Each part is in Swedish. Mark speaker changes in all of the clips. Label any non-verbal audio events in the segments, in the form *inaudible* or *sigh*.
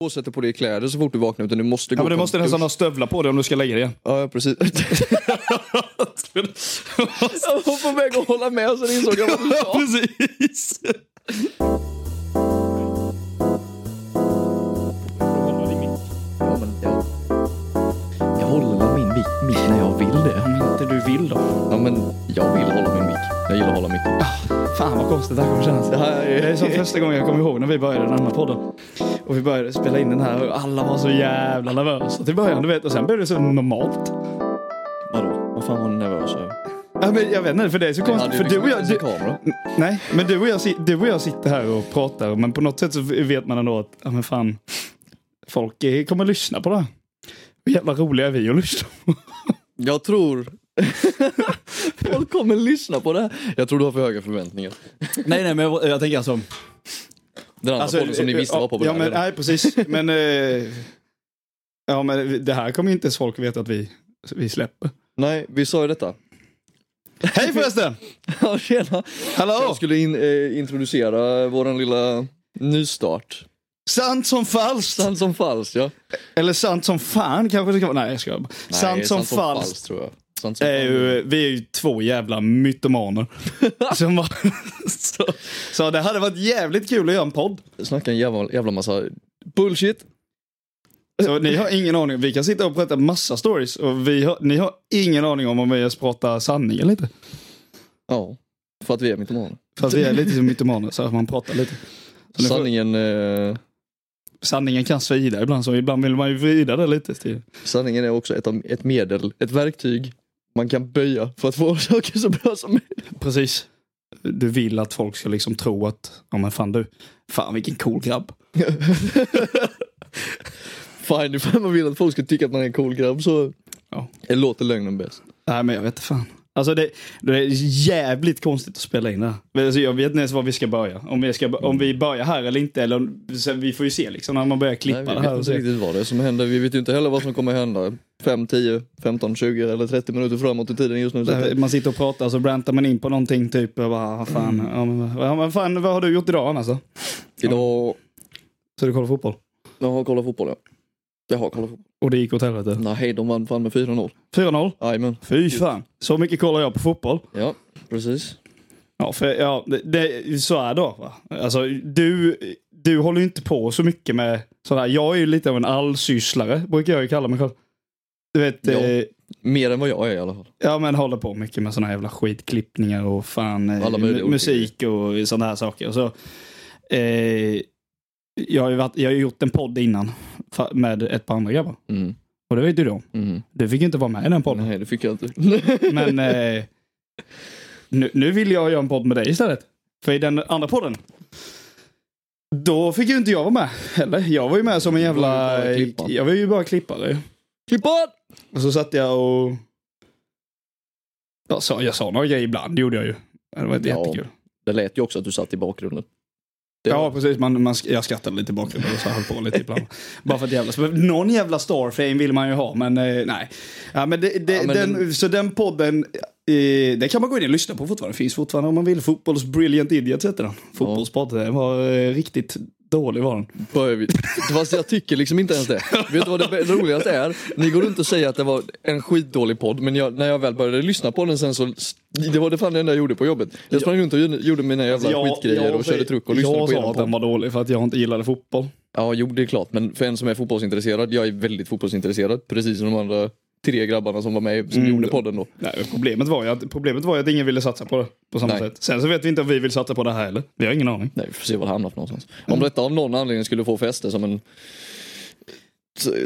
Speaker 1: och sätter på dig kläder så fort du vaknar utan du måste gå
Speaker 2: Ja, men du
Speaker 1: och ta
Speaker 2: måste
Speaker 1: en
Speaker 2: nästan
Speaker 1: dusch.
Speaker 2: ha stövlar på dig om du ska
Speaker 1: *laughs*
Speaker 2: lägga dig.
Speaker 1: Ja, ja,
Speaker 2: *laughs*
Speaker 1: precis. jag var på väg att hålla med alltså, sen insåg jag vad
Speaker 2: *laughs*
Speaker 1: du sa.
Speaker 2: precis.
Speaker 1: Ja, men jag, jag håller min mick, mick när jag vill det.
Speaker 2: Om inte du vill då.
Speaker 1: Ja, men jag vill hålla min mick. Jag gillar att hålla micken.
Speaker 2: Ah, Fan vad konstigt det här kommer kännas.
Speaker 1: Det här är-
Speaker 2: Det är som första gången jag kommer ihåg när vi började den här podden. Och vi började spela in den här och alla var så jävla nervösa till början. Du vet, och sen blev det så normalt.
Speaker 1: Vadå? Vad fan var du nervös över?
Speaker 2: Ja, men jag vet inte, för det är så
Speaker 1: Jag
Speaker 2: konstigt.
Speaker 1: hade ju
Speaker 2: För du
Speaker 1: liksom
Speaker 2: och jag,
Speaker 1: inte
Speaker 2: du,
Speaker 1: ens en kamera.
Speaker 2: nej, men du och, jag, si- du och jag sitter här och pratar, men på något sätt så vet man ändå att ja, men fan, folk eh, kommer lyssna på det här. Hur jävla roliga är vi att lyssna på?
Speaker 1: Jag tror... *laughs* Folk kommer lyssna på det här. Jag tror du har för höga förväntningar.
Speaker 2: Nej, nej, men jag, jag tänker alltså...
Speaker 1: Den andra
Speaker 2: Alltså,
Speaker 1: podden som ni
Speaker 2: eh,
Speaker 1: visste var
Speaker 2: ja,
Speaker 1: populär.
Speaker 2: Ja, men,
Speaker 1: redan.
Speaker 2: nej, precis. Men, eh, ja, men det här kommer ju inte ens folk veta att vi, vi släpper.
Speaker 1: Nej, vi sa ju
Speaker 2: *laughs*
Speaker 1: detta.
Speaker 2: Hej förresten!
Speaker 1: Ja, tjena.
Speaker 2: Hallå!
Speaker 1: Jag skulle in, eh, introducera våran lilla nystart.
Speaker 2: Sant som falskt!
Speaker 1: Sant som falskt, ja.
Speaker 2: Eller sant som fan kanske det ska vara. Nej, jag skojar bara.
Speaker 1: Nej,
Speaker 2: Sant som falskt
Speaker 1: tror jag. Sant som
Speaker 2: är
Speaker 1: falskt.
Speaker 2: ju, vi är ju två jävla mytomaner. som bara, så, så det hade varit jävligt kul att göra en podd.
Speaker 1: Snacka en jävla, jävla massa bullshit.
Speaker 2: Så ni har ingen aning. Vi kan sitta och berätta massa stories och vi har, ni har ingen aning om om vi ens pratar sanning eller inte.
Speaker 1: Ja, för att vi är mytomaner.
Speaker 2: Fast vi är lite som mytomaner så att man pratar lite. Så nu får-
Speaker 1: Sanningen, eh,
Speaker 2: sanningen kan svida ibland, så ibland vill man ju vrida det lite. Till.
Speaker 1: sanningen är också ett, av- ett medel, ett verktyg man kan böja för att få *laughs* saker så bra som möjligt.
Speaker 2: Precis. Du vill att folk ska liksom tro att, ja men fan du, fan vilken cool grabb.
Speaker 1: Fine, ifall man vill att folk ska tycka att man är en cool grabb så
Speaker 2: Ja.
Speaker 1: är låter lögnen bäst.
Speaker 2: Nej men jag vet inte fan. Alltså det, det är jävligt konstigt att spela in det här. Men Alltså jag vet inte ens var vi ska börja. Om vi, ska, om vi börjar här eller inte. Eller om, så vi får ju se liksom när man börjar klippa
Speaker 1: Nej, vi
Speaker 2: det
Speaker 1: vet
Speaker 2: här. Och
Speaker 1: inte
Speaker 2: se.
Speaker 1: riktigt vad det är som händer. Vi vet ju inte heller vad som kommer hända 5, 10, 15, 20 eller 30 minuter framåt i tiden just nu. Så
Speaker 2: Där
Speaker 1: att-
Speaker 2: Man sitter och pratar så rantar man in på någonting typ. Och bara, vad fan,
Speaker 1: Mm.
Speaker 2: ja, men, ja, men fan, vad har du gjort idag annars då?
Speaker 1: Idag,
Speaker 2: Så du kollar fotboll?
Speaker 1: jag har kollat fotboll ja. Jag har kollat fotboll.
Speaker 2: Och det gick åt helvete.
Speaker 1: Nej, de vann fan med 4-0.
Speaker 2: 4-0.
Speaker 1: Jajamän.
Speaker 2: Fy fan. Så mycket kollar jag på fotboll.
Speaker 1: Ja, precis.
Speaker 2: Ja, för, ja det, det, så är det då. Va? Alltså, du, du håller ju inte på så mycket med sådär. Jag är ju lite av en allsysslare, brukar jag ju kalla mig själv. Du vet,
Speaker 1: Ja.
Speaker 2: ja, eh,
Speaker 1: Mer än vad jag är i alla fall.
Speaker 2: ja men håller på mycket med sådana jävla skitklippningar och fan eh,
Speaker 1: Alla möjliga
Speaker 2: mu- musik och sådana här saker. Så, eh, jag, har ju varit, jag har ju gjort en podd innan fa- med ett par andra grabbar.
Speaker 1: Mm.
Speaker 2: Och det vet du då.
Speaker 1: Mm.
Speaker 2: Du fick ju inte vara med i den podden.
Speaker 1: Nej, det fick jag inte.
Speaker 2: Men eh, nu, nu vill jag göra en podd med dig istället. För i den andra podden. Då fick ju inte jag vara med heller. Jag var ju med som en
Speaker 1: Du var ju
Speaker 2: jävla...
Speaker 1: bara
Speaker 2: eh,
Speaker 1: klippare.
Speaker 2: Jag var ju bara klippare.
Speaker 1: Klippan!
Speaker 2: Och så satt jag och... Jag sa, jag sa några grejer ibland, det gjorde jag ju. Men Det var inte
Speaker 1: Ja.
Speaker 2: jättekul.
Speaker 1: Det lät ju också att du satt i bakgrunden. Det
Speaker 2: Ja,
Speaker 1: var-
Speaker 2: precis. Man, man, jag skrattade lite i bakgrunden och så höll på lite ibland. Bara för att jävlas. Men Någon jävla starfame vill man ju ha, men eh, nej. Ja, men det, det,
Speaker 1: Ja, men
Speaker 2: den,
Speaker 1: den-
Speaker 2: Så den podden, eh, det kan man gå in och lyssna på fortfarande. Finns fortfarande om man vill. Fotbolls Brilliant Idiots heter den. Fotbollspodd. Den var eh, riktigt dålig var den.
Speaker 1: Börjar vi. Fast jag tycker liksom inte ens det. Vet du vad det roligaste är? Ni går runt och säger att det var en skitdålig podd, men jag, när jag väl började lyssna på den sen så... Det var det fan det enda jag gjorde på jobbet. Jag sprang runt och gjorde mina
Speaker 2: Alltså,
Speaker 1: jävla skitgrejer och körde truck och lyssnade
Speaker 2: jag
Speaker 1: på
Speaker 2: sa
Speaker 1: er
Speaker 2: att
Speaker 1: podd.
Speaker 2: den var dålig för att jag inte gillade fotboll.
Speaker 1: Ja, jo det är klart, men för en som är fotbollsintresserad, jag är väldigt fotbollsintresserad, precis som de andra tre grabbarna som var med
Speaker 2: Mm.
Speaker 1: som gjorde podden då.
Speaker 2: Nej, problemet, var ju att, problemet var ju att ingen ville satsa på det på samma
Speaker 1: Nej.
Speaker 2: sätt. Sen så vet vi inte om vi vill satsa på det här heller. Vi har ingen aning.
Speaker 1: Nej, vi får se var det hamnar för någonstans.
Speaker 2: Mm.
Speaker 1: Om detta av någon anledning skulle få fäste som en...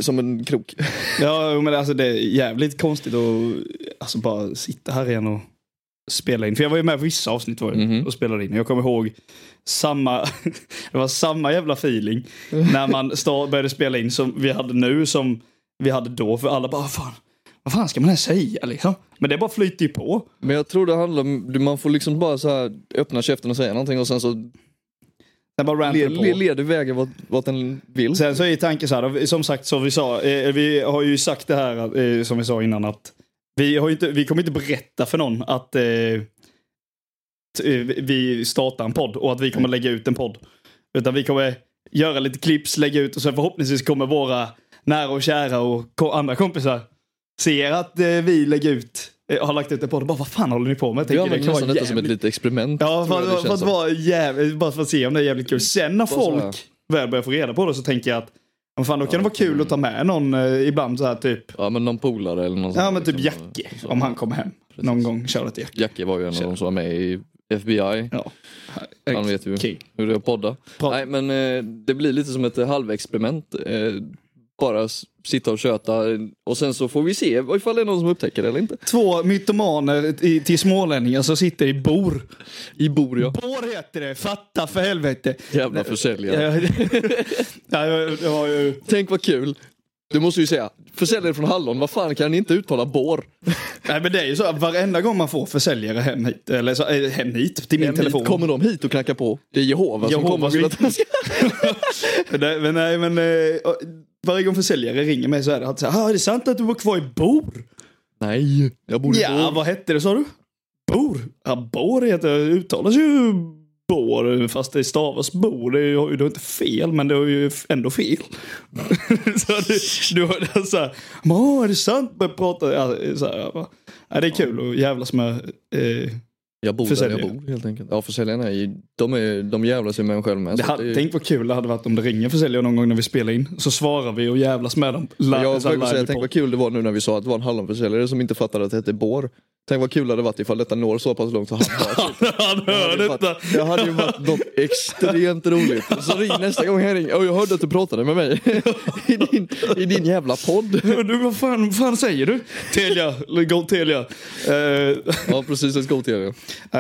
Speaker 1: Som en krok.
Speaker 2: Ja, men alltså det är jävligt konstigt att alltså, bara sitta här igen och spela in. För jag var ju med på vissa avsnitt var jag,
Speaker 1: Mhm.
Speaker 2: och spelade in. Jag kommer ihåg samma, *laughs* det var samma jävla feeling när man start, började spela in som vi hade nu som vi hade då. För alla bara, fan, vad fan ska man ens säga liksom? Men det bara flyter ju på.
Speaker 1: Men jag tror det handlar om, du- man får liksom bara så här öppna käften och säga någonting och sen så
Speaker 2: Den bara rantar
Speaker 1: le,
Speaker 2: på.
Speaker 1: le, leder vägen vart, vart den vill.
Speaker 2: Sen så är tanken så här, som sagt som vi sa, eh, vi har ju sagt det här eh, som vi sa innan att vi, har ju inte, vi kommer inte berätta för någon att eh,
Speaker 1: Mm.
Speaker 2: t- eh, vi startar en podd och att vi kommer lägga ut en podd. Utan vi kommer göra lite klipps, lägga ut och sen förhoppningsvis kommer våra nära och kära och ko- andra kompisar se att eh, vi lägger ut, eh, har lagt ut en podd och bara vad fan håller ni på med? Jag
Speaker 1: Vi
Speaker 2: tänker,
Speaker 1: använder
Speaker 2: det kan vara
Speaker 1: nästan detta som ett
Speaker 2: jävligt-
Speaker 1: litet experiment. tror
Speaker 2: Ja, för,
Speaker 1: jag det
Speaker 2: för,
Speaker 1: känns
Speaker 2: att
Speaker 1: som.
Speaker 2: vara jävligt, bara för att se om det är jävligt kul. Sen när
Speaker 1: så
Speaker 2: folk väl börjar få reda på det så tänker jag att men fan, då kan det vara kul att ta med någon eh, ibland så här typ.
Speaker 1: Ja men någon polare eller någon sån
Speaker 2: Ja
Speaker 1: här,
Speaker 2: men typ
Speaker 1: liksom.
Speaker 2: Jacke, om han kommer hem någon gång. Shoutout till Jacke.
Speaker 1: Jacke var ju en av de som var med i FBI.
Speaker 2: Ja.
Speaker 1: Han vet ju
Speaker 2: King.
Speaker 1: hur det är att podda.
Speaker 2: Pra-
Speaker 1: Nej men eh, det blir lite som ett eh, halvexperiment. Eh, bara s- sitta och köta eh, och sen så får vi se ifall det är någon som upptäcker det eller inte.
Speaker 2: Två mytomaner i, till smålänningar som sitter i bor.
Speaker 1: I bor jag.
Speaker 2: Bor heter det, fatta för helvete.
Speaker 1: Jävla försäljare.
Speaker 2: Ja, *laughs* ja, jag- jag har ju...
Speaker 1: Tänk vad kul. Du måste ju säga, försäljare från Hallon, vad fan kan ni inte uttala bår?
Speaker 2: Nej men det är ju så att varenda gång man får försäljare hem hit, eller så, eh, hem hit till min
Speaker 1: Men
Speaker 2: telefon.
Speaker 1: Kommer de hit och knackar på? Det är Jehova som
Speaker 2: Jehovas
Speaker 1: kommer och vill att de ska...
Speaker 2: Nej, men nej, men eh, och varje gång försäljare ringer mig så är det alltid så här, ah, är det sant att du var kvar i Bor?
Speaker 1: *laughs* Nej, jag borde
Speaker 2: Ja, vad hette det sa du? Bor? Ja, Bor heter det, uttalas ju Bor, fast det stavas Bor. Det är ju- har ju då inte fel, men det är ju ändå fel. *laughs* så du, du hörde så här, "Men, åh, är det sant? Men prata, ja, så här, jag bara, ja, det är kul att jävlas med. Eh,
Speaker 1: Jag bor där jag
Speaker 2: Försäljare.
Speaker 1: bor helt enkelt. Ja, försäljarna är ju, de, är, de jävlar sig med en själv med.
Speaker 2: det
Speaker 1: så att
Speaker 2: hade,
Speaker 1: det är-
Speaker 2: Tänk vad kul det hade varit om det ringer försäljare någon gång när vi spelar in. Så svarar vi och jävlas med dem. La-
Speaker 1: jag
Speaker 2: så här
Speaker 1: försöker säga,
Speaker 2: live
Speaker 1: tänk
Speaker 2: på-
Speaker 1: vad kul det var nu när vi sa att det var en hallonförsäljare som inte fattade att det hette bår. Tänk vad kul det hade varit ifall detta når så pass långt så han bara...
Speaker 2: *laughs* Han hör
Speaker 1: hade varit-
Speaker 2: detta.
Speaker 1: det hade ju varit något extremt roligt. Så ring nästa gång jag ringer. "Åh, Jag hörde att du pratade med mig *laughs* i din, i din jävla podd.
Speaker 2: Du, vad fan, vad fan säger du? Telia, gå Telia. Eh,
Speaker 1: Ja precis, ett skott till
Speaker 2: nej,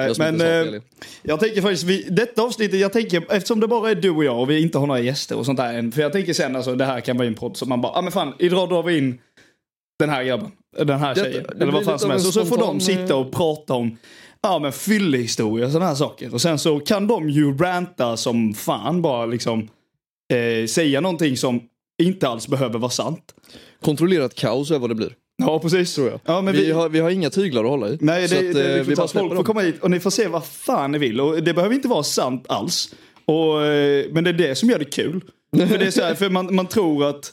Speaker 1: Jag som
Speaker 2: men
Speaker 1: inte sa
Speaker 2: eh,
Speaker 1: Telia.
Speaker 2: jag tänker faktiskt, vi, detta avsnittet, jag tänker, eftersom det bara är du och jag och vi inte har några gäster och sånt där än. För jag tänker sen, alltså det här kan vara en podd som man bara, ja ah, men fan, idag drar vi in den här grabben, den här
Speaker 1: Det-
Speaker 2: tjejen,
Speaker 1: det
Speaker 2: eller
Speaker 1: blir
Speaker 2: vad fan
Speaker 1: lite
Speaker 2: som
Speaker 1: av
Speaker 2: helst.
Speaker 1: en
Speaker 2: Och så får de
Speaker 1: spontan, eh,
Speaker 2: sitta och prata om, ja men fyllehistorier och sådana här saker. Och sen så kan de ju ranta som fan bara liksom, eh, säga någonting som inte alls behöver vara sant.
Speaker 1: Kontrollerat kaos är vad det blir.
Speaker 2: Ja, precis tror jag. Ja, men
Speaker 1: Vi, har, vi har inga tyglar att hålla i.
Speaker 2: Nej, det,
Speaker 1: så
Speaker 2: det,
Speaker 1: att,
Speaker 2: det,
Speaker 1: eh,
Speaker 2: är
Speaker 1: vi
Speaker 2: liksom
Speaker 1: bara
Speaker 2: så att folk
Speaker 1: släpper
Speaker 2: får
Speaker 1: dem.
Speaker 2: komma hit och ni får se vad fan ni vill. Och det behöver inte vara sant alls. Och, eh, men det är det som gör det kul. För, det är så här, för man, man tror att...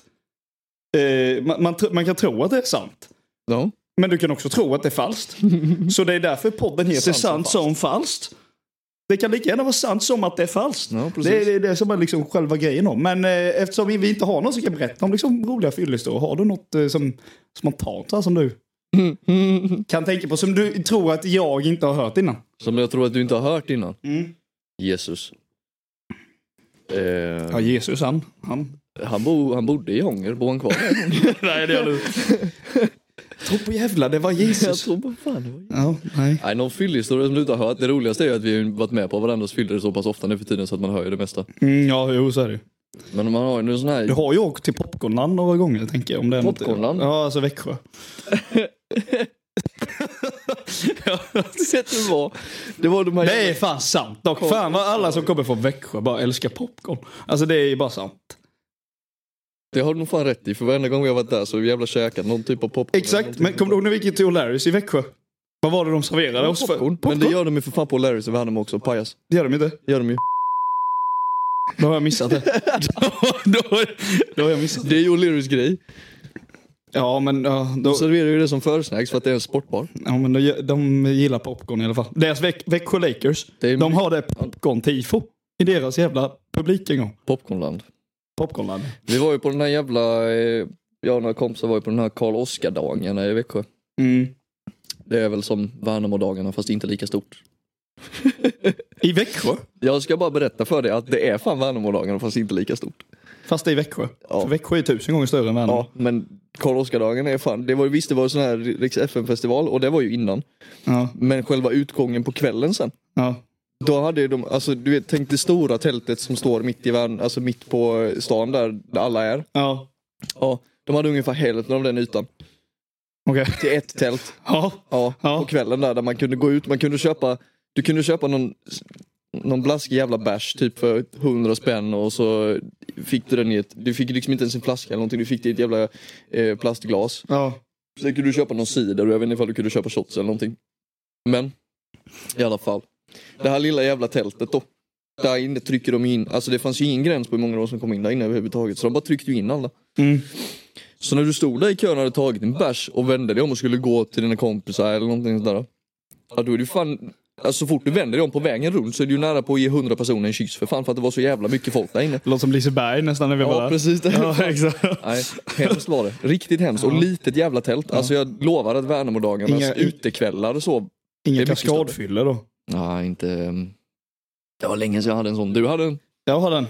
Speaker 2: Eh, man, man, tr- man kan tro att det är sant.
Speaker 1: Ja.
Speaker 2: Men du kan också tro att det är falskt. Så det är därför podden heter Sant,
Speaker 1: Sant som
Speaker 2: som, falskt. Det kan lika gärna vara sant som att det är falskt.
Speaker 1: Ja, precis.
Speaker 2: det, är, det är det som är liksom själva grejen om. Men eh, eftersom vi, vi inte har någon som kan berätta om liksom, roliga fyllistor. Har du något eh, som spontant så här, som du kan tänka på som du tror att jag inte har hört innan.
Speaker 1: Som jag tror att du inte har hört innan.
Speaker 2: Mm.
Speaker 1: Jesus. Eh,
Speaker 2: Ja, Jesus han. han.
Speaker 1: han, bo, han bodde i Ånger, bor
Speaker 2: *laughs*
Speaker 1: han kvar där?
Speaker 2: nej, det är *laughs* du. Tro på jävlar, det var
Speaker 1: jag
Speaker 2: Jesus.
Speaker 1: tror på fan det var Jesus.
Speaker 2: *laughs* Ja, nej.
Speaker 1: Nej, någon fyllehistoria som du inte har hört. Det roligaste är ju att vi har varit med på varandras fyllor så pass ofta nu för tiden så att man hör ju det mesta.
Speaker 2: Mm, ja, jo så är det ju.
Speaker 1: Men om man har ju en sån
Speaker 2: Du
Speaker 1: här...
Speaker 2: har ju åkt till Popcornland några gånger tänker jag. Om det är något-
Speaker 1: Popcornland?
Speaker 2: Ja, alltså Växjö.
Speaker 1: *laughs* Vet du vad? Det var de här...
Speaker 2: Det är fan sant dock. Fan vad alla som kommer från Växjö bara älskar popcorn. Alltså det är ju bara sant.
Speaker 1: Det har du nog fan rätt i för varenda gång vi har varit där så har vi jävla käkat någon typ av popcorn.
Speaker 2: Exakt, men kommer du ihåg när vi gick till O'Larrys i Växjö? Vad var det de serverade oss för?
Speaker 1: popcorn. Men det gör de ju för fan på Larrys över Värnamo också, pajas.
Speaker 2: Det gör de inte.
Speaker 1: Det gör de ju.
Speaker 2: Då har jag missat det. *laughs* då, då, då har jag missat det.
Speaker 1: Det är ju O'Learys grej.
Speaker 2: Ja men, ja, då,
Speaker 1: Serverar ju det som försnacks för att det är en sportbar.
Speaker 2: ja, men då, de gillar popcorn i alla fall. Deras Väx- Växjö Lakers,
Speaker 1: Det är
Speaker 2: de har det popcorn-tifo i deras jävla publik en gång.
Speaker 1: popcornland.
Speaker 2: Popcornland.
Speaker 1: Vi var ju på den här jävla, eh, jag och några kompisar var ju på den här Karl Oskar-dagen i Växjö.
Speaker 2: Mm.
Speaker 1: Det är väl som Värnamo-dagarna fast inte lika stort.
Speaker 2: I Växjö?
Speaker 1: Jag ska bara berätta för dig att det är fan Värnamo-dagarna fast inte lika stort.
Speaker 2: Fast det är i Växjö.
Speaker 1: Ja.
Speaker 2: För Växjö är tusen gånger större än Värnamo.
Speaker 1: Ja, men Karl Oskar-dagen är fan, det var ju visst det var ju sån här Riks FN-festival och det var ju innan.
Speaker 2: Ja.
Speaker 1: Men själva utgången på kvällen sen.
Speaker 2: ja.
Speaker 1: Då hade ju de, alltså du vet, tänk det stora tältet som står mitt i världen, alltså mitt på stan där, där alla är.
Speaker 2: Ja.
Speaker 1: Ja, de hade ungefär hälften av den ytan.
Speaker 2: Okej.
Speaker 1: Till ett tält.
Speaker 2: Ja.
Speaker 1: Ja,
Speaker 2: Ja.
Speaker 1: på kvällen där, där man kunde gå ut, man kunde köpa, du kunde köpa någon, någon blaskig jävla bärs typ för 100 spänn och så fick du den i ett, du fick liksom inte ens en flaska eller någonting, du fick det i ett jävla eh, plastglas.
Speaker 2: Ja.
Speaker 1: Sen kunde du köpa någon cider och jag vet inte ifall du kunde köpa shots eller någonting. Men, i alla fall. Det här lilla jävla tältet då. Där inne trycker de in, alltså det fanns ju ingen gräns på hur många de som kom in där inne överhuvudtaget. Så de bara tryckte ju in alla. Så när du stod där i kön och hade tagit en bärs och vände dig om och skulle gå till dina kompisar eller någonting sådär. Ja då är du fan, alltså så fort du vänder dig om på vägen runt så är du ju nära på att ge 100 personer en kyss för fan för att det var så jävla mycket folk där inne.
Speaker 2: Det låter som Liseberg nästan när vi var
Speaker 1: Ja
Speaker 2: där.
Speaker 1: precis. Det.
Speaker 2: Ja, *laughs* exakt.
Speaker 1: Nej, hemskt var det. Riktigt hemskt. Och litet jävla tält. Alltså jag lovar att Värnamodagarnas
Speaker 2: Inga-
Speaker 1: utekvällar och så.
Speaker 2: Inga
Speaker 1: mycket större.
Speaker 2: kaskadfyllor då?
Speaker 1: Nej, inte... ehm, Det var länge sedan jag hade en sån. Du hade en
Speaker 2: Jag har den.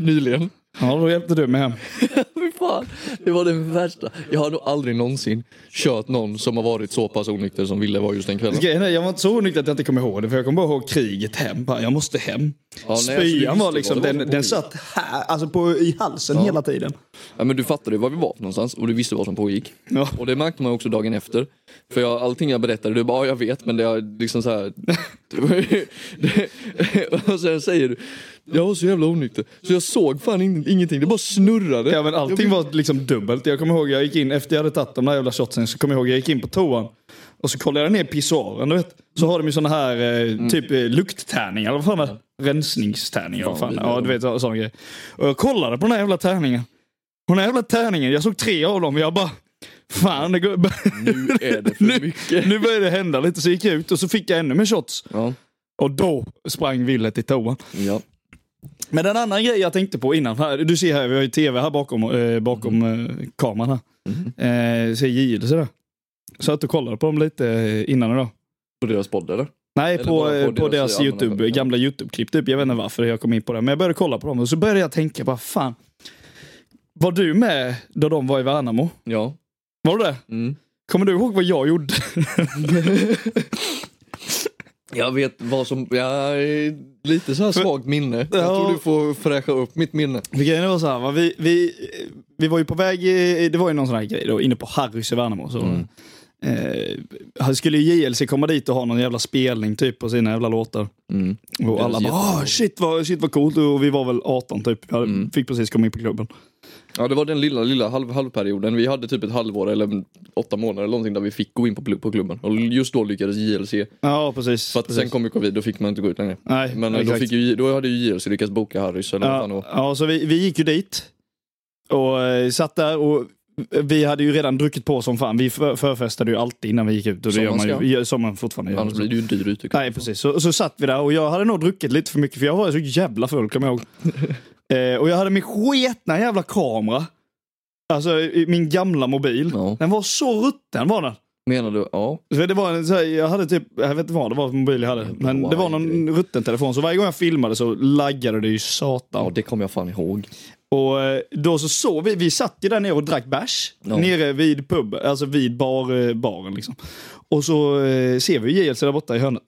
Speaker 1: nyligen.
Speaker 2: Ja, då hjälpte du mig hem.
Speaker 1: *laughs* Fy fan, det var den värsta. Jag har nog aldrig någonsin kört någon som har varit så pass onykter som Ville var just den kvällen.
Speaker 2: Grejen är, jag var inte så onykter att jag inte kommer ihåg det, för jag kommer bara ihåg kriget hem. Bara, jag måste hem.
Speaker 1: nej, alltså, du visste
Speaker 2: Spyan var
Speaker 1: vad
Speaker 2: liksom,
Speaker 1: det var som
Speaker 2: den,
Speaker 1: pågick.
Speaker 2: den satt här, alltså på, i halsen hela tiden.
Speaker 1: Ja, men du fattade ju var vi var någonstans och du visste vad som pågick.
Speaker 2: Ja.
Speaker 1: Och det märkte man också dagen efter. För jag, allting jag berättade, du bara "Ja, jag vet men det är liksom så här. *laughs* Det var ju- det- och sen säger du, jag var så jävla onykter. Så jag såg fan in, ingenting, det bara snurrade.
Speaker 2: Ja, men allting var liksom dubbelt. Jag kommer ihåg, jag gick in efter jag hade tagit de där jävla shotsen, så kommer jag ihåg, jag gick in på toan. Och så kollade jag ner pissoaren, du vet. Så har de ju såna här, eh, typ eh, lukttärningar, eller vad fan är det? Rensningstärningar, vad fan. Ja, du vet så- sådana grejer. Och jag kollade på den här jävla tärningen. Och den här jävla tärningen, jag såg tre av dem och jag bara, fan det går...
Speaker 1: Nu är det för
Speaker 2: *laughs* nu,
Speaker 1: mycket.
Speaker 2: nu började det hända lite, så gick jag ut och så fick jag ännu mer shots.
Speaker 1: Ja,
Speaker 2: Och då sprang Ville till toan.
Speaker 1: ja.
Speaker 2: Men en annan grej jag tänkte på innan. Här, du ser här, vi har ju tv här bakom, eh, bakom eh, kameran. Här. Eh, ser JLC där. Så att du kollade på dem lite eh, innan idag.
Speaker 1: På deras podd eller?
Speaker 2: Nej,
Speaker 1: Eller
Speaker 2: på,
Speaker 1: bara
Speaker 2: eh, på deras
Speaker 1: allmänna-
Speaker 2: YouTube,
Speaker 1: ja.
Speaker 2: gamla YouTube-klipp. Typ. Jag vet inte varför jag kom in på det. Men jag började kolla på dem och så började jag tänka, bara fan. Var du med då de var i Värnamo?
Speaker 1: Ja.
Speaker 2: Var du det?
Speaker 1: Mm.
Speaker 2: Kommer du ihåg vad jag gjorde?
Speaker 1: Jag vet vad som, jag är lite så här svagt minne. Jag
Speaker 2: Ja.
Speaker 1: tror du får fräscha upp mitt minne.
Speaker 2: För grejen var så här, va, vi, vi, vi var ju på väg, i- det var ju någon sån här grej då, inne på Harrys i Värnamo. Så.
Speaker 1: Mm.
Speaker 2: Eh, han skulle ju JLC komma dit och ha någon jävla spelning typ på sina jävla låtar.
Speaker 1: Mm.
Speaker 2: Och alla bara
Speaker 1: jättebra.
Speaker 2: "Ah, shit vad, shit vad coolt och vi var väl 18 typ. Jag
Speaker 1: Mm.
Speaker 2: fick precis komma in på klubben.
Speaker 1: Ja det var den lilla, lilla halv, halvperioden. Vi hade typ ett halvår eller åtta månader eller någonting där vi fick gå in på, pl- på klubben. Och just då lyckades JLC.
Speaker 2: Ja precis.
Speaker 1: För att sen kom ju covid, då fick man inte gå ut längre.
Speaker 2: Nej,
Speaker 1: Men eh, då,
Speaker 2: exakt.
Speaker 1: fick ju, då hade ju JLC lyckats boka Harrys eller vad fan det
Speaker 2: Ja,
Speaker 1: var.
Speaker 2: ja, så vi, vi gick ju dit och eh, satt där och vi hade ju redan druckit på som fan. Vi för, förfestade ju alltid innan vi gick ut och det
Speaker 1: Som
Speaker 2: gör
Speaker 1: man
Speaker 2: man
Speaker 1: ska.
Speaker 2: ju, som man fortfarande gör.
Speaker 1: Annars blir det ju en dyr utekväll.
Speaker 2: Nej, precis. Så, så satt vi där och jag hade nog druckit lite för mycket för jag var så jävla full, kommer *laughs* jag ihåg. eh, och jag hade min sketna jävla kamera. Alltså i- min gamla mobil.
Speaker 1: Ja.
Speaker 2: Den var så rutten var den.
Speaker 1: Menar du? Ja.
Speaker 2: Så det var en, så här, jag hade typ, jag vet inte vad det var för mobil jag hade. Men det var någon rutten telefon. Så varje gång jag filmade så laggade det ju satan.
Speaker 1: Ja det kommer jag fan
Speaker 2: *laughs*
Speaker 1: ihåg.
Speaker 2: Och eh, då så såg vi, vi satt ju där nere och drack bärs.
Speaker 1: Ja.
Speaker 2: Nere vid pub, alltså vid bar, eh, baren liksom. Och så eh, ser vi ju JLC där borta i hörnet.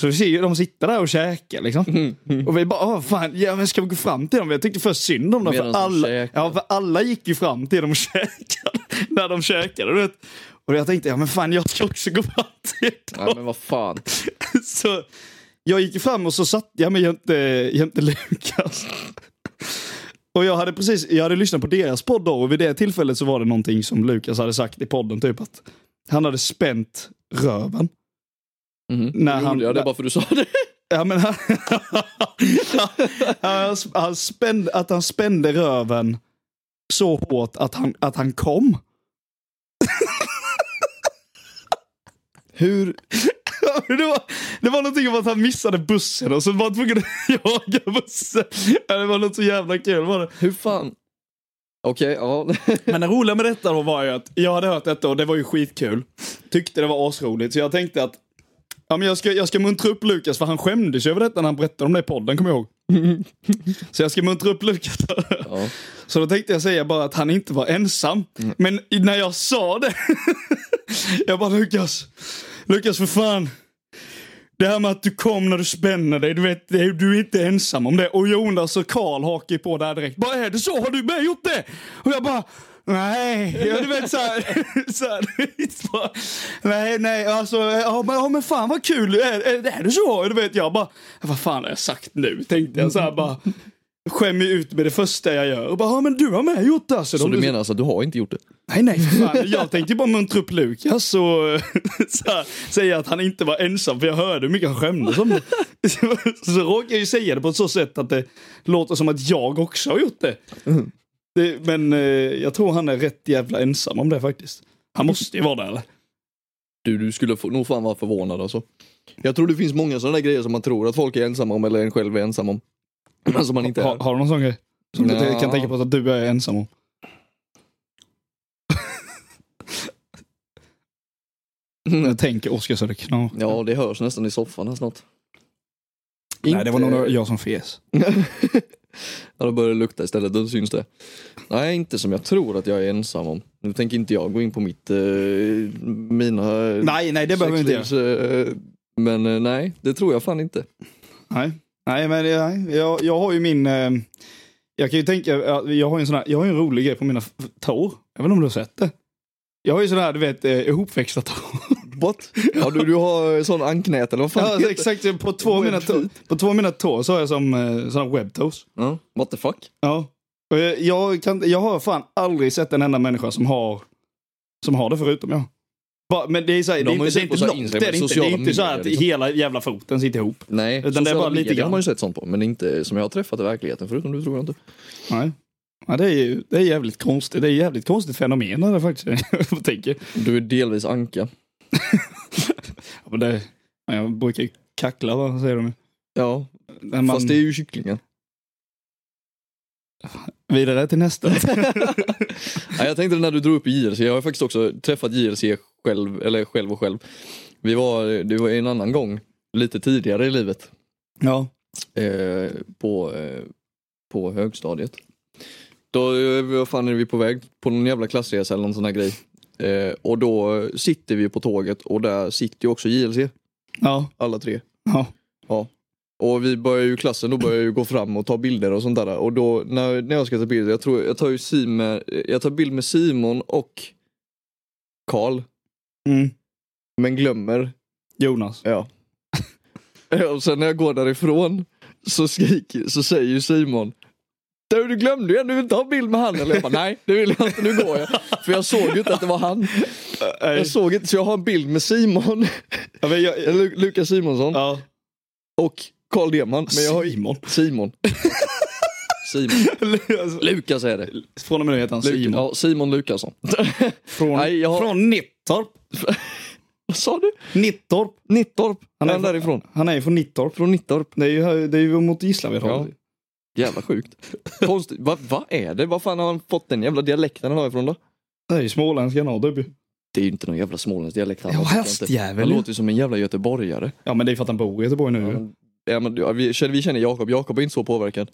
Speaker 2: Så vi ser ju dem sitta där och käka liksom.
Speaker 1: Mm.
Speaker 2: Och vi bara, "Åh, fan, ja, men ska vi gå fram till dem? Jag tyckte först synd om dem. För
Speaker 1: Medan de
Speaker 2: alla,
Speaker 1: käkar.
Speaker 2: ja, för alla gick ju fram till dem och *laughs* käkade. När de käkade, du vet. Och jag tänkte, ja men fan jag ska också gå fram till dem.
Speaker 1: Nej men vad fan.
Speaker 2: Så jag gick ju fram och så satt jag mig jämte, jämte Lukas. Och jag hade precis, jag hade lyssnat på deras podd då och vid det tillfället så var det någonting som Lukas hade sagt i podden, typ att han hade spänt röven.
Speaker 1: Mhm.
Speaker 2: När
Speaker 1: Gjorde
Speaker 2: Mm. han,
Speaker 1: jag det bara för du sa det? *laughs*
Speaker 2: ja, men han, *laughs* han, han spände, att han spände röven så hårt att han, att han kom.
Speaker 1: Hur?
Speaker 2: *laughs* Det var, det var någonting om att han missade bussen och så var han tvungen att *laughs* jaga bussen. Ja, Det var något så jävla kul var det.
Speaker 1: Hur fan? Okej, ja. *laughs*
Speaker 2: Men det roliga med detta då var ju att jag hade hört detta och det var ju skitkul. Tyckte det var asroligt så jag tänkte att ja, men jag, ska, jag ska muntra upp Lukas för han skämdes ju över detta när han berättade om det i podden kommer jag ihåg. Så jag ska muntra upp Lukas. *laughs*
Speaker 1: ja.
Speaker 2: Så då tänkte jag säga bara att han inte var ensam. Men i- när jag sa det. *laughs* jag bara Lukas. Lukas för fan. Det här med att du kom när du spänner dig. Du vet, det är- du är inte ensam om det. Och Jonas och Karl hakar ju på där direkt. Vad är det så? Har du med gjort det? Och jag bara. Nej, ja, du vet såhär. Så här, *laughs* bara, nej, nej, alltså, ja men, ja men fan vad kul, är, är, är det så? Du vet, jag bara, vad fan har jag sagt nu? Tänkte jag såhär bara. skämmer ju ut med det första jag gör. Och bara, ja men du har med gjort det. Alltså,
Speaker 1: Så
Speaker 2: De-
Speaker 1: du menar alltså att du har inte gjort det?
Speaker 2: Nej, nej, för fan. Jag tänkte ju bara muntra upp *laughs* Lukas och så här, säga att han inte var ensam, för jag hörde hur mycket han skämdes om det. *laughs* Så, så råkade jag ju säga det på ett så sätt att det låter som att jag också har gjort det. det men eh, jag tror han är rätt jävla ensam om det faktiskt. Han måste ju vara där eller?
Speaker 1: Du, du skulle få- nog fan vara förvånad alltså. Jag tror det finns många sådana där grejer som man tror att folk är ensamma om eller en själv är ensam om. *clears throat* Men som man inte
Speaker 2: Har,
Speaker 1: är.
Speaker 2: har du någon sån grej? Som du
Speaker 1: Nja.
Speaker 2: kan tänka på att du är ensam om? jag tänker Oskar så det knas.
Speaker 1: Ja, det hörs nästan i soffan här snart.
Speaker 2: Nej, det var nog några- jag som fes.
Speaker 1: Ja, då börjar det lukta istället, då syns det. Nej, inte som jag tror att jag är ensam om. Nu tänker inte jag gå in på mitt, eh, mina...
Speaker 2: Nej, nej, det behöver vi inte göra.
Speaker 1: göra. Men eh, nej, det tror jag fan inte.
Speaker 2: Nej, nej men det- nej. Jag, jag har ju min... Eh, jag kan ju tänka, jag, jag har ju en sån här, jag har ju en rolig grej på mina f- tår. Jag vet inte om du har sett det? Jag har ju sån här, du vet, eh, ihopväxta tår.
Speaker 1: What? Ja, du, du har sån anknät eller vad fan
Speaker 2: Ja,
Speaker 1: heter det?
Speaker 2: exakt, på två, av mina tår, på två av mina tår så har jag som eh, sån här webtoes.
Speaker 1: Ja, what the fuck?
Speaker 2: Ja. Och jag, jag, kan, jag har fan aldrig sett en enda människa som har, som har det förutom jag. Bara, men det är, så här,
Speaker 1: De
Speaker 2: det är
Speaker 1: har ju
Speaker 2: inte, det
Speaker 1: sett
Speaker 2: är
Speaker 1: på
Speaker 2: inte
Speaker 1: så här
Speaker 2: långt. Det
Speaker 1: Instagram,
Speaker 2: är det
Speaker 1: sociala
Speaker 2: inte, det är inte så här
Speaker 1: medier,
Speaker 2: att
Speaker 1: liksom.
Speaker 2: hela jävla foten sitter ihop.
Speaker 1: Nej,
Speaker 2: Utan det är
Speaker 1: sociala
Speaker 2: bara lite
Speaker 1: medier har
Speaker 2: grann.
Speaker 1: man ju sett sånt på, men inte som jag har träffat i verkligheten förutom du tror jag inte.
Speaker 2: Nej. Ja, det är ju det är jävligt konstigt. Det är jävligt konstigt fenomen det där faktiskt. *laughs* Jag tänker.
Speaker 1: Du är delvis anka.
Speaker 2: Ja, men det, ja, jag brukar ju kackla, va? säger de.
Speaker 1: Ja,
Speaker 2: När man,
Speaker 1: fast det är ju
Speaker 2: *laughs*
Speaker 1: kycklingen.
Speaker 2: Vidare
Speaker 1: *laughs*
Speaker 2: till nästa.
Speaker 1: Ja, jag tänkte när du drog upp JRC, jag har faktiskt också träffat JRC själv, eller själv och själv. Vi var, det var en annan gång, lite tidigare i livet,
Speaker 2: ja.
Speaker 1: eh, på, eh, på högstadiet. Då eh, vad fan är vi på väg på någon jävla klassresa eller någon sån här grej. Eh, och då eh, sitter vi på tåget och där sitter ju också JLC,
Speaker 2: Ja.
Speaker 1: alla tre.
Speaker 2: Ja.
Speaker 1: Och vi börjar ju klassen, då börjar jag ju gå fram och ta bilder och sånt där. Och då när, när jag ska ta bilder, jag tror jag tar ju Simon, jag tar bild med Simon och Karl,
Speaker 2: Mm.
Speaker 1: men glömmer. *laughs*
Speaker 2: Jonas.
Speaker 1: Ja. och sen när jag går därifrån så skriker, så säger ju Simon du, du glömde ju en, du vill inte ha en bild med han eller? Jag bara, nej det vill jag inte, nu går jag. För jag såg ju inte att det var han.
Speaker 2: Nej.
Speaker 1: Jag såg inte, så jag har en bild med Simon, *laughs*
Speaker 2: Ja, men jag,
Speaker 1: eller Lu- Lukas Simonsson
Speaker 2: ja.
Speaker 1: och Karl Deman. Men jag har ju- *laughs*
Speaker 2: Simon.
Speaker 1: Simon. Simon.
Speaker 2: Alltså,
Speaker 1: Lukas är det.
Speaker 2: Från och med nu heter han
Speaker 1: Simon.
Speaker 2: Simon.
Speaker 1: Ja, Simon Lukasson.
Speaker 2: Från,
Speaker 1: Nej, jag har-
Speaker 2: från Nittorp.
Speaker 1: *laughs* Vad sa du?
Speaker 2: Nittorp.
Speaker 1: Nittorp. Han
Speaker 2: är
Speaker 1: är han
Speaker 2: från-
Speaker 1: därifrån.
Speaker 2: Han är ju från Nittorp.
Speaker 1: Från Nittorp.
Speaker 2: Det är ju, här- det är ju mot Gislaved.
Speaker 1: Ja.
Speaker 2: Ja.
Speaker 1: Jävla sjukt. Konstigt. Vad va är det? Var fan har han fått den jävla dialekten han har ifrån då?
Speaker 2: Det är ju småländska han har typ ju.
Speaker 1: Det är ju inte någon jävla småländsk han
Speaker 2: Ja,
Speaker 1: har, tycker jag inte. Han
Speaker 2: hästjävel. ju.
Speaker 1: låter ju som en jävla göteborgare.
Speaker 2: Ja, men det är för att han bor i Göteborg nu. ju.
Speaker 1: Ja, men, ja, vi, känner, vi känner Jakob, Jakob är inte så påverkad.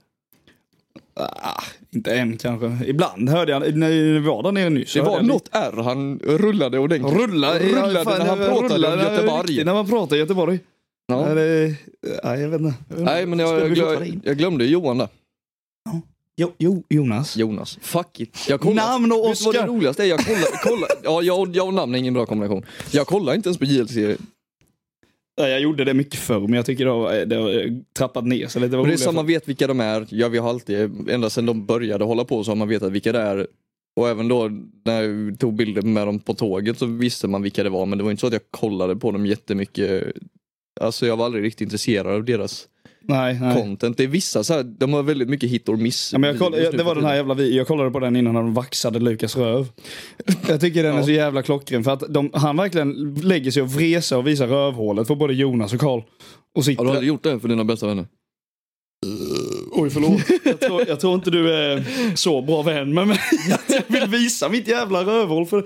Speaker 2: Ah, inte än kanske. Ibland hörde jag, när vi var där nere nyss.
Speaker 1: Det
Speaker 2: hörde
Speaker 1: var
Speaker 2: jag
Speaker 1: något R han rullade ordentligt.
Speaker 2: Rulla,
Speaker 1: Rullade när han pratade om
Speaker 2: när-
Speaker 1: Göteborg.
Speaker 2: riktigt När man pratar Göteborg.
Speaker 1: Ja.
Speaker 2: Ja. Det, nej, jag vet inte.
Speaker 1: Nej men jag, jag, glö, jag glömde Johan där.
Speaker 2: Jo, jo, Jonas.
Speaker 1: Jonas. Fuck it. Jag kollar-
Speaker 2: Namn och
Speaker 1: Vet du vad det
Speaker 2: Oscar.
Speaker 1: roligaste är? Jag kollar, kollar, ja, jag, och- jag och namn är ingen bra kombination. Jag kollar inte ens på JLC
Speaker 2: Nej, jag gjorde det mycket förr, men jag tycker det har, det har trappat ner sig lite. Det var
Speaker 1: Och det är
Speaker 2: roligare
Speaker 1: som man vet vilka de är. Ja, vi har alltid, ända sedan de började hålla på så har man vetat vilka det är. Och även då när jag tog bilder med dem på tåget så visste man vilka det var. Men det var inte så att jag kollade på dem jättemycket. Alltså jag var aldrig riktigt intresserad av deras
Speaker 2: förr. Nej, nej.
Speaker 1: content. Det är vissa så här, de har väldigt mycket hit och miss.
Speaker 2: Ja, men jag koll,
Speaker 1: videos
Speaker 2: jag,
Speaker 1: nu
Speaker 2: det var
Speaker 1: för
Speaker 2: den här
Speaker 1: tiden.
Speaker 2: jävla videon, jag kollade på den innan de vaxade Lukas röv. *laughs* Jag tycker den är
Speaker 1: Ja.
Speaker 2: så jävla klockren för att de, han verkligen lägger sig och vresar och visar rövhålet för både Jonas och Karl. Och
Speaker 1: Ja,
Speaker 2: sitter...
Speaker 1: du har aldrig gjort det för dina bästa
Speaker 2: *laughs*
Speaker 1: vänner?
Speaker 2: Oj, förlåt. Jag tror, jag tror inte du är så bra vän med mig. *laughs* Jag vill visa mitt jävla rövhål. För...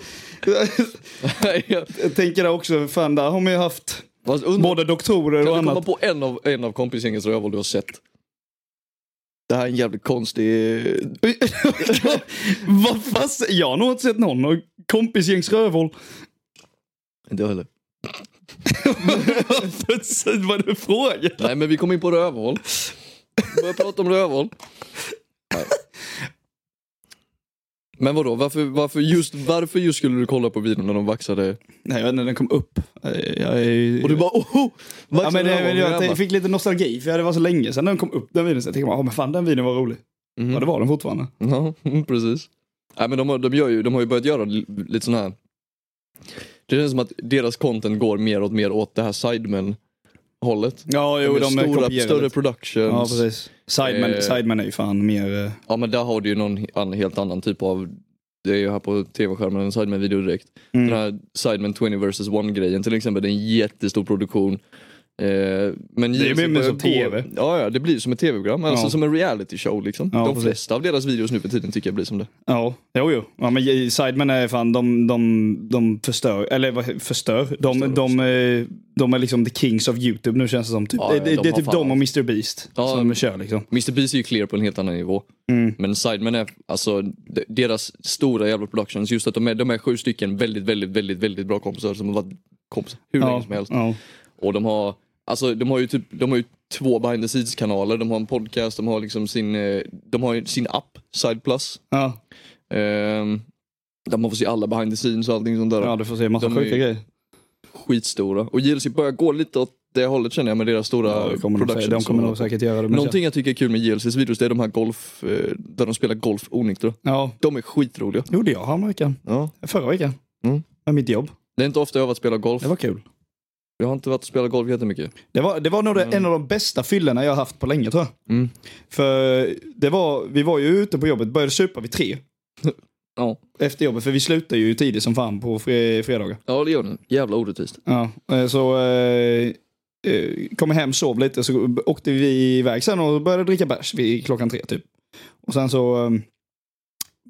Speaker 2: Jag tänker där också, fan där har man ju haft
Speaker 1: Fast undrar,
Speaker 2: både doktorer och
Speaker 1: kan du komma
Speaker 2: annat.
Speaker 1: på en av, en av kompisgängens rövhål du har sett? Det här är en jävligt konstig
Speaker 2: Vad fan, jag har nog inte sett någon av kompisgängs rövhål. *laughs*
Speaker 1: Inte jag heller.
Speaker 2: Vad är det frågan?
Speaker 1: Nej men vi kom in på rövhål. Börja prata om rövhål. Men vadå, varför, varför, just, varför just skulle du kolla på videon när de vaxade?
Speaker 2: Nej, jag vet inte, den kom upp. Eh, Jag, är-
Speaker 1: Och du bara oh!
Speaker 2: Ja, men det, men jag, jag fick lite nostalgi för det var så länge sedan den kom upp den videon. Så jag tänkte bara, "Ah, men fan den videon var rolig.
Speaker 1: Mhm.
Speaker 2: Ja det var den fortfarande.
Speaker 1: Ja, mm, precis. Nej, men de, har- de, gör ju, de har ju börjat göra li- lite sån här... Det känns som att deras content går mer och mer åt det här Sidemen-hållet.
Speaker 2: Ja jo
Speaker 1: De är
Speaker 2: de
Speaker 1: stora,
Speaker 2: kopierade
Speaker 1: större
Speaker 2: lite.
Speaker 1: productions.
Speaker 2: Ja precis. Sidemen,
Speaker 1: Eh.
Speaker 2: Sidemen är ju fan mer... eh,
Speaker 1: Ja, men där har du ju någon he- annan, helt annan typ av... Det är ju här på tv-skärmen, en Sidemen-video direkt.
Speaker 2: Mm.
Speaker 1: Den här Sidemen 20 vs 1-grejen till exempel, det är en jättestor produktion. Eh, men
Speaker 2: ju mer
Speaker 1: börjar
Speaker 2: som
Speaker 1: gå-
Speaker 2: TV.
Speaker 1: Ja, ja, det blir ju som ett tv-program, alltså
Speaker 2: Ja.
Speaker 1: som en reality show liksom.
Speaker 2: Ja,
Speaker 1: De
Speaker 2: precis.
Speaker 1: flesta av deras videos nu för tiden tycker jag blir som det.
Speaker 2: Ja, jo jo. Ja, men i- Sidemen är fan, de, de, de förstör, eller vad- förstör. De,
Speaker 1: Förstör
Speaker 2: de, eh, de är liksom the kings of YouTube nu känns det som. Typ.
Speaker 1: Ja, ja,
Speaker 2: det,
Speaker 1: de
Speaker 2: det är
Speaker 1: har
Speaker 2: typ
Speaker 1: fan
Speaker 2: de och Mr Beast
Speaker 1: Ja.
Speaker 2: som kör liksom.
Speaker 1: Mr Beast är ju clear på en helt annan nivå.
Speaker 2: Mm.
Speaker 1: Men Sidemen är, alltså de- deras stora jävla productions, just att de är, de är sju stycken väldigt, väldigt, väldigt, väldigt bra kompisar som har varit kompisar hur länge
Speaker 2: Ja,
Speaker 1: som helst.
Speaker 2: ja.
Speaker 1: Och de har, alltså de har ju typ, de har ju två behind the scenes kanaler, de har en podcast, de har liksom sin, eh, de har ju sin app, Side Plus.
Speaker 2: Ja.
Speaker 1: Ehm, där man får se alla behind the scenes och allting sånt där.
Speaker 2: ja, du får se massa
Speaker 1: De är
Speaker 2: sjuka
Speaker 1: ju-
Speaker 2: grejer.
Speaker 1: Skitstora. Och JLC börjar gå lite åt det hållet känner jag med deras stora
Speaker 2: Ja, det kommer de, säkert-
Speaker 1: productions.
Speaker 2: de kommer
Speaker 1: som
Speaker 2: nog
Speaker 1: de har.
Speaker 2: säkert göra det. men-
Speaker 1: Någonting jag tycker är kul med JLCs videos det är de här golf, eh, där de spelar golf onyktra.
Speaker 2: Ja,
Speaker 1: De är skitroliga.
Speaker 2: gjorde jag häromveckan.
Speaker 1: Ja.
Speaker 2: Förra veckan.
Speaker 1: Mm.
Speaker 2: Med mitt jobb.
Speaker 1: Det är inte ofta jag har varit och spelat golf.
Speaker 2: Det var kul.
Speaker 1: Jag har inte varit och spelat golf jättemycket.
Speaker 2: Det var, det var nog det, en av de bästa fyllorna jag har haft på länge tror jag.
Speaker 1: Mm.
Speaker 2: För det var, vi var ju ute på jobbet, började supa vid tre.
Speaker 1: Ja,
Speaker 2: efter jobbet, för vi slutar ju tidigt som fan på fre- fredagar.
Speaker 1: ja det gör den. Jävla orättvist.
Speaker 2: Ja, eh, så eh, eh, kom hem, sov lite, så åkte vi iväg sen och började dricka bärs vid klockan tre typ. Och sen så eh,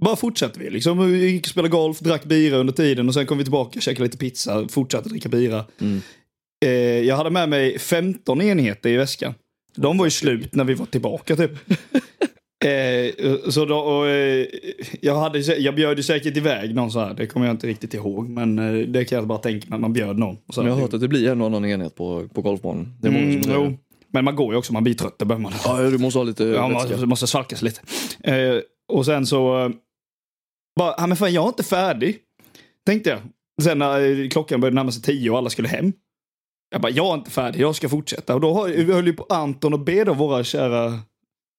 Speaker 2: bara fortsatte vi liksom. Vi gick och spelade golf, drack bira under tiden och sen kom vi tillbaka, käkade lite pizza, fortsatte dricka bira.
Speaker 1: Mm.
Speaker 2: Eh, jag hade med mig 15 enheter i väskan. De var ju slut när vi var
Speaker 1: *laughs*
Speaker 2: tillbaka typ. Eh, så då, och, eh, jag, hade, sä- jag bjöd ju säkert iväg någon så här, det kommer jag inte riktigt ihåg. Men eh, det kan jag bara tänka mig att man bjöd någon. Och så
Speaker 1: Men
Speaker 2: här,
Speaker 1: jag har hört att det blir en och annan enhet på, på golfbanan. Det är många
Speaker 2: mm,
Speaker 1: som säger
Speaker 2: jo.
Speaker 1: det.
Speaker 2: Men man går ju också, man blir trött, det behöver man.
Speaker 1: Ja, du måste ha lite
Speaker 2: Ja, alltså-
Speaker 1: vätska.
Speaker 2: man måste svalkas lite. Eh, och sen så... Eh, bara, ja men fan jag är inte färdig. Tänkte jag. Sen när eh, klockan började närma sig tio och alla skulle hem. Jag bara, jag är inte färdig, jag ska fortsätta. Och då har- vi höll ju på Anton och B då, våra kära,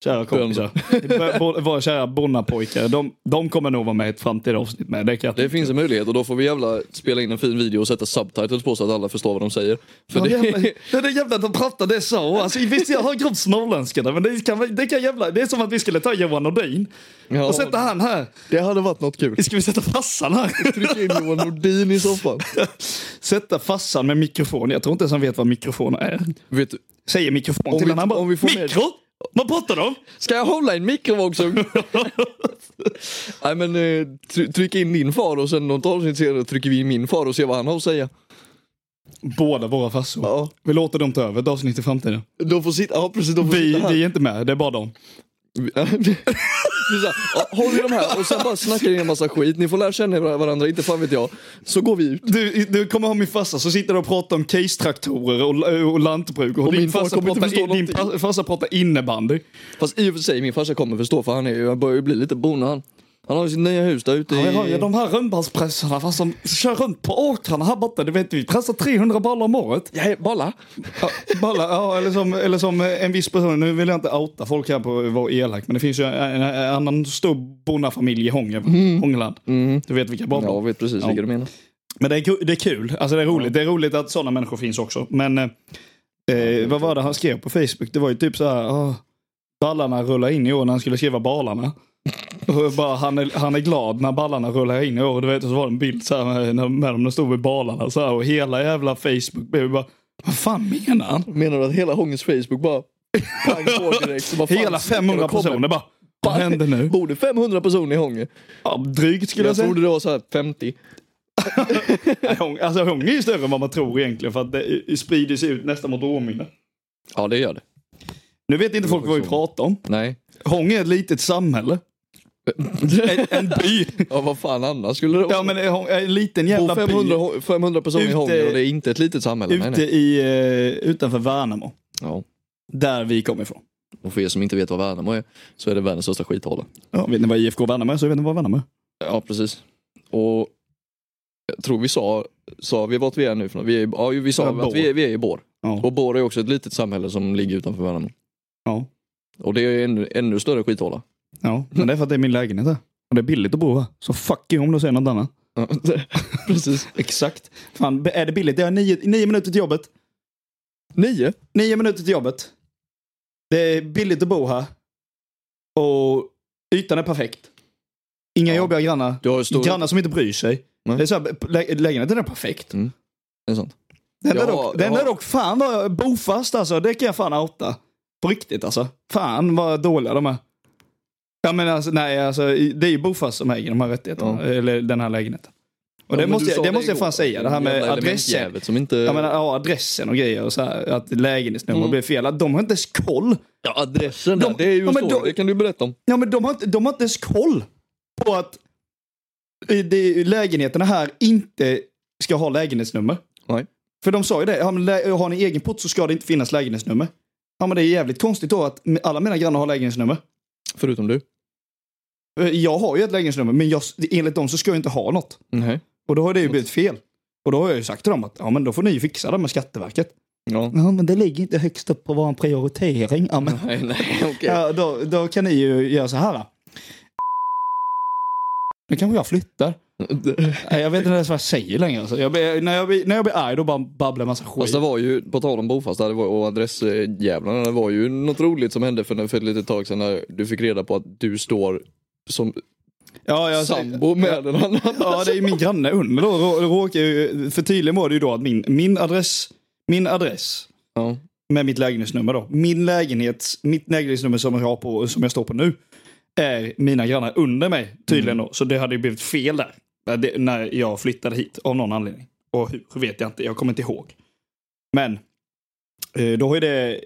Speaker 2: kära kompisar. Bo- bo- våra kära bonnapojkar. De, de kommer nog vara med i ett framtida avsnitt med. Det kan jag
Speaker 1: Det finns en möjlighet och då får vi jävla spela in en fin video och sätta subtitles på så att alla förstår vad de säger. För
Speaker 2: Ja,
Speaker 1: det,
Speaker 2: jävla, det är det jävla att de pratar det så. Alltså, visst, jag har grovt småländska där, men det, kan, det, kan jävla, det är som att vi skulle ta Johan Nordin
Speaker 1: *laughs* Ja,
Speaker 2: och sätta han här.
Speaker 1: det hade varit något kul.
Speaker 2: Ska vi sätta farsan här?
Speaker 1: Trycka in Johan Nordin i soffan.
Speaker 2: *laughs* Sätta farsan med mikrofon. Jag tror inte ens han vet vad mikrofon är.
Speaker 1: Vet du,
Speaker 2: Säger mikrofon
Speaker 1: Om
Speaker 2: till
Speaker 1: vi-
Speaker 2: honom. Han bara,
Speaker 1: om vi får med-
Speaker 2: mikro? Vad pratar de?
Speaker 1: ska jag hålla i en
Speaker 2: *laughs*
Speaker 1: mikrovågsugn? Nej men eh, try- tryck in din far och sen något avsnitt senare trycker vi in min far och ser vad han har att säga.
Speaker 2: Båda våra farsor.
Speaker 1: Ja.
Speaker 2: Vi låter dem ta över ett avsnitt i framtiden.
Speaker 1: De får sitta, ja precis, de får
Speaker 2: Vi,
Speaker 1: sitta här. *laughs*
Speaker 2: vi är inte med, det är bara dem.
Speaker 1: Vi- Ja, det- det är så här, ja, Håll i de här och sen bara snackar ni en massa skit, ni får lära känna varandra, inte fan vet jag. Så går vi ut.
Speaker 2: Du, du kommer ha min farsa så sitter du och pratar om case-traktorer och, och lantbruk. Och,
Speaker 1: Och
Speaker 2: din,
Speaker 1: min far
Speaker 2: farsa
Speaker 1: kommer inte
Speaker 2: pratar,
Speaker 1: förstå
Speaker 2: in- din
Speaker 1: någonting.
Speaker 2: pa- farsa pratar innebandy.
Speaker 1: Fast i och för sig, min farsa kommer förstå för han är ju, han börjar ju bli lite bonde han. Han har ju sitt nya hus där ute i...
Speaker 2: Ja, vi har ju de här rönnbärspressarna fast som kör runt på åkrarna här borta. Du vet, vi pressar 300 ballar om året.
Speaker 1: Ja, Balla.
Speaker 2: Ja, ballar, ja, eller, som, eller som en viss person, nu vill jag inte outa folk här på att vara elak, men det finns ju en, en annan stor bonnafamilj i Hånge, Hångeland. Du vet vilka jag
Speaker 1: Mm. Ja,
Speaker 2: ja.
Speaker 1: vet precis
Speaker 2: Ja.
Speaker 1: vilka du menar.
Speaker 2: Men det är, ku- det är kul, alltså det är roligt. Det är roligt att sådana människor finns också. Men eh, eh, vad var det han skrev på Facebook? Det var ju typ så här, "Åh, ballarna rullar in i år när han skulle skriva balarna. Och bara, han, är, han är glad när ballarna rullar in i år. Du vet, och så var det en bild så här med, med dem när de stod vid balarna så här, och hela jävla Facebook blev bara, vad fan menar han?
Speaker 1: Menar du att hela Hångens Facebook bara pang på direkt? Så bara, fan,
Speaker 2: Hela
Speaker 1: sitter
Speaker 2: 500
Speaker 1: och kommer-
Speaker 2: personer bara. Vad
Speaker 1: Fan,
Speaker 2: händer nu?
Speaker 1: Bor det 500 personer i Hånge?
Speaker 2: Ja, drygt skulle jag,
Speaker 1: Jag
Speaker 2: säga.
Speaker 1: trodde det var så här 50.
Speaker 2: Hång- Alltså Hång är ju större än vad man tror egentligen för att det sprider sig ut nästan mot Råminne.
Speaker 1: Ja, det gör det.
Speaker 2: Nu vet inte folk vad vi pratar om.
Speaker 1: Nej. *laughs*
Speaker 2: Hång är ett litet samhälle. En, en by.
Speaker 1: ja, vad fan annars skulle det vara?
Speaker 2: *laughs* Ja men eh, Hång- en liten jävla
Speaker 1: Bor 500,
Speaker 2: by.
Speaker 1: hå- 500 personer i
Speaker 2: Ute-
Speaker 1: Hånge och det är inte ett litet samhälle. Nej,
Speaker 2: Ute
Speaker 1: nej.
Speaker 2: i, eh, utanför Värnamo.
Speaker 1: Ja.
Speaker 2: Där vi kommer ifrån.
Speaker 1: Och för er som inte vet vad Värnamo är, så är det världens största skithåla.
Speaker 2: Ja, vet ni vad IFK Värnamo är så vet ni vad Värnamo är.
Speaker 1: Ja, precis. Och jag tror vi sa, sa vi vart vi är nu? För något? vi, är, ja, vi sa
Speaker 2: Ja,
Speaker 1: att
Speaker 2: Bor.
Speaker 1: vi är, vi är i Bor.
Speaker 2: Ja.
Speaker 1: Och Bor är också ett litet samhälle som ligger utanför Värnamo.
Speaker 2: Ja.
Speaker 1: Och det är ännu, ännu större skithåla.
Speaker 2: ja, men det är för att det är min lägenhet här. Och det är billigt att bo här. Så fuck you om du säger något annat.
Speaker 1: Ja, *laughs* precis.
Speaker 2: Exakt. Fan, är det billigt? Det är nio, nio minuter till jobbet.
Speaker 1: Nio?
Speaker 2: Nio minuter till jobbet. Det är billigt att bo här. Och ytan är perfekt. Inga
Speaker 1: Ja.
Speaker 2: jobbiga grannar.
Speaker 1: Du har ju stor...
Speaker 2: Grannar som inte bryr sig.
Speaker 1: Nej.
Speaker 2: Det är så här, lä- lägenheten är perfekt.
Speaker 1: Mm. Det är sant.
Speaker 2: Den, är,
Speaker 1: Ja,
Speaker 2: dock, den
Speaker 1: ja.
Speaker 2: är dock fan vad jag- bofast alltså. Det kan jag fan outa. På riktigt alltså. Fan vad dåliga de är. Ja men alltså nej alltså i- det är ju bofast som äger de här rättigheterna.
Speaker 1: Ja.
Speaker 2: Eller den här lägenheten. Och
Speaker 1: Ja,
Speaker 2: det
Speaker 1: men du
Speaker 2: måste,
Speaker 1: sa
Speaker 2: jag, det måste jag
Speaker 1: igår.
Speaker 2: fan säga. Det här med
Speaker 1: Jävla
Speaker 2: adressen.
Speaker 1: elementjävet Som inte...
Speaker 2: Jag menar, ja, adressen och grejer och så här, att lägenhetsnummer
Speaker 1: Mm.
Speaker 2: blir fel. Att de har inte ens koll.
Speaker 1: Ja, adressen där,
Speaker 2: De-
Speaker 1: det är ju
Speaker 2: ja, men
Speaker 1: så.
Speaker 2: då-
Speaker 1: Det kan du berätta om.
Speaker 2: Ja, men de har inte, de har inte ens koll på att eh, det, lägenheterna här inte ska ha lägenhetsnummer.
Speaker 1: Nej.
Speaker 2: För de sa ju det, ja, men lä- har ni egen port så ska det inte finnas lägenhetsnummer. Ja men det är jävligt konstigt då att alla mina grannar har lägenhetsnummer.
Speaker 1: Förutom du.
Speaker 2: Eh, Jag har ju ett lägenhetsnummer men jag, enligt dem så ska jag inte ha något.
Speaker 1: Nej.
Speaker 2: Och då har det ju blivit fel. Och då har jag ju sagt till dem att ja men då får ni ju fixa det med Skatteverket.
Speaker 1: Ja.
Speaker 2: Ja men det ligger inte högst upp på vår prioritering. Ja, men...
Speaker 1: Nej, nej, okej.
Speaker 2: Ja, då, då kan ni ju göra så här. Då. Nu kanske jag flyttar.
Speaker 1: *laughs*
Speaker 2: Nej, Jag vet inte ens vad jag säger längre. Alltså. Jag blir, när, jag blir, när jag blir arg då bara babblar jag massa skit.
Speaker 1: Fast det var ju, på tal om bofasta det var, och adressjävlarna, det var ju något roligt som hände för, för ett litet tag sedan när du fick reda på att du står som
Speaker 2: ja, jag,
Speaker 1: sambo med en annan.
Speaker 2: ja, det är ju min granne under då. Rå- Råkar ju, för tydligen var det ju då att min, min adress, min adress
Speaker 1: Ja.
Speaker 2: med mitt lägenhetsnummer då. Min lägenhets, mitt lägenhetsnummer som jag, har på, som jag står på nu är mina grannar under mig tydligen då. Så det hade ju blivit fel där. När det- När jag flyttade hit av någon anledning. Och hur vet jag inte, jag kommer inte ihåg. Men eh, då har ju det,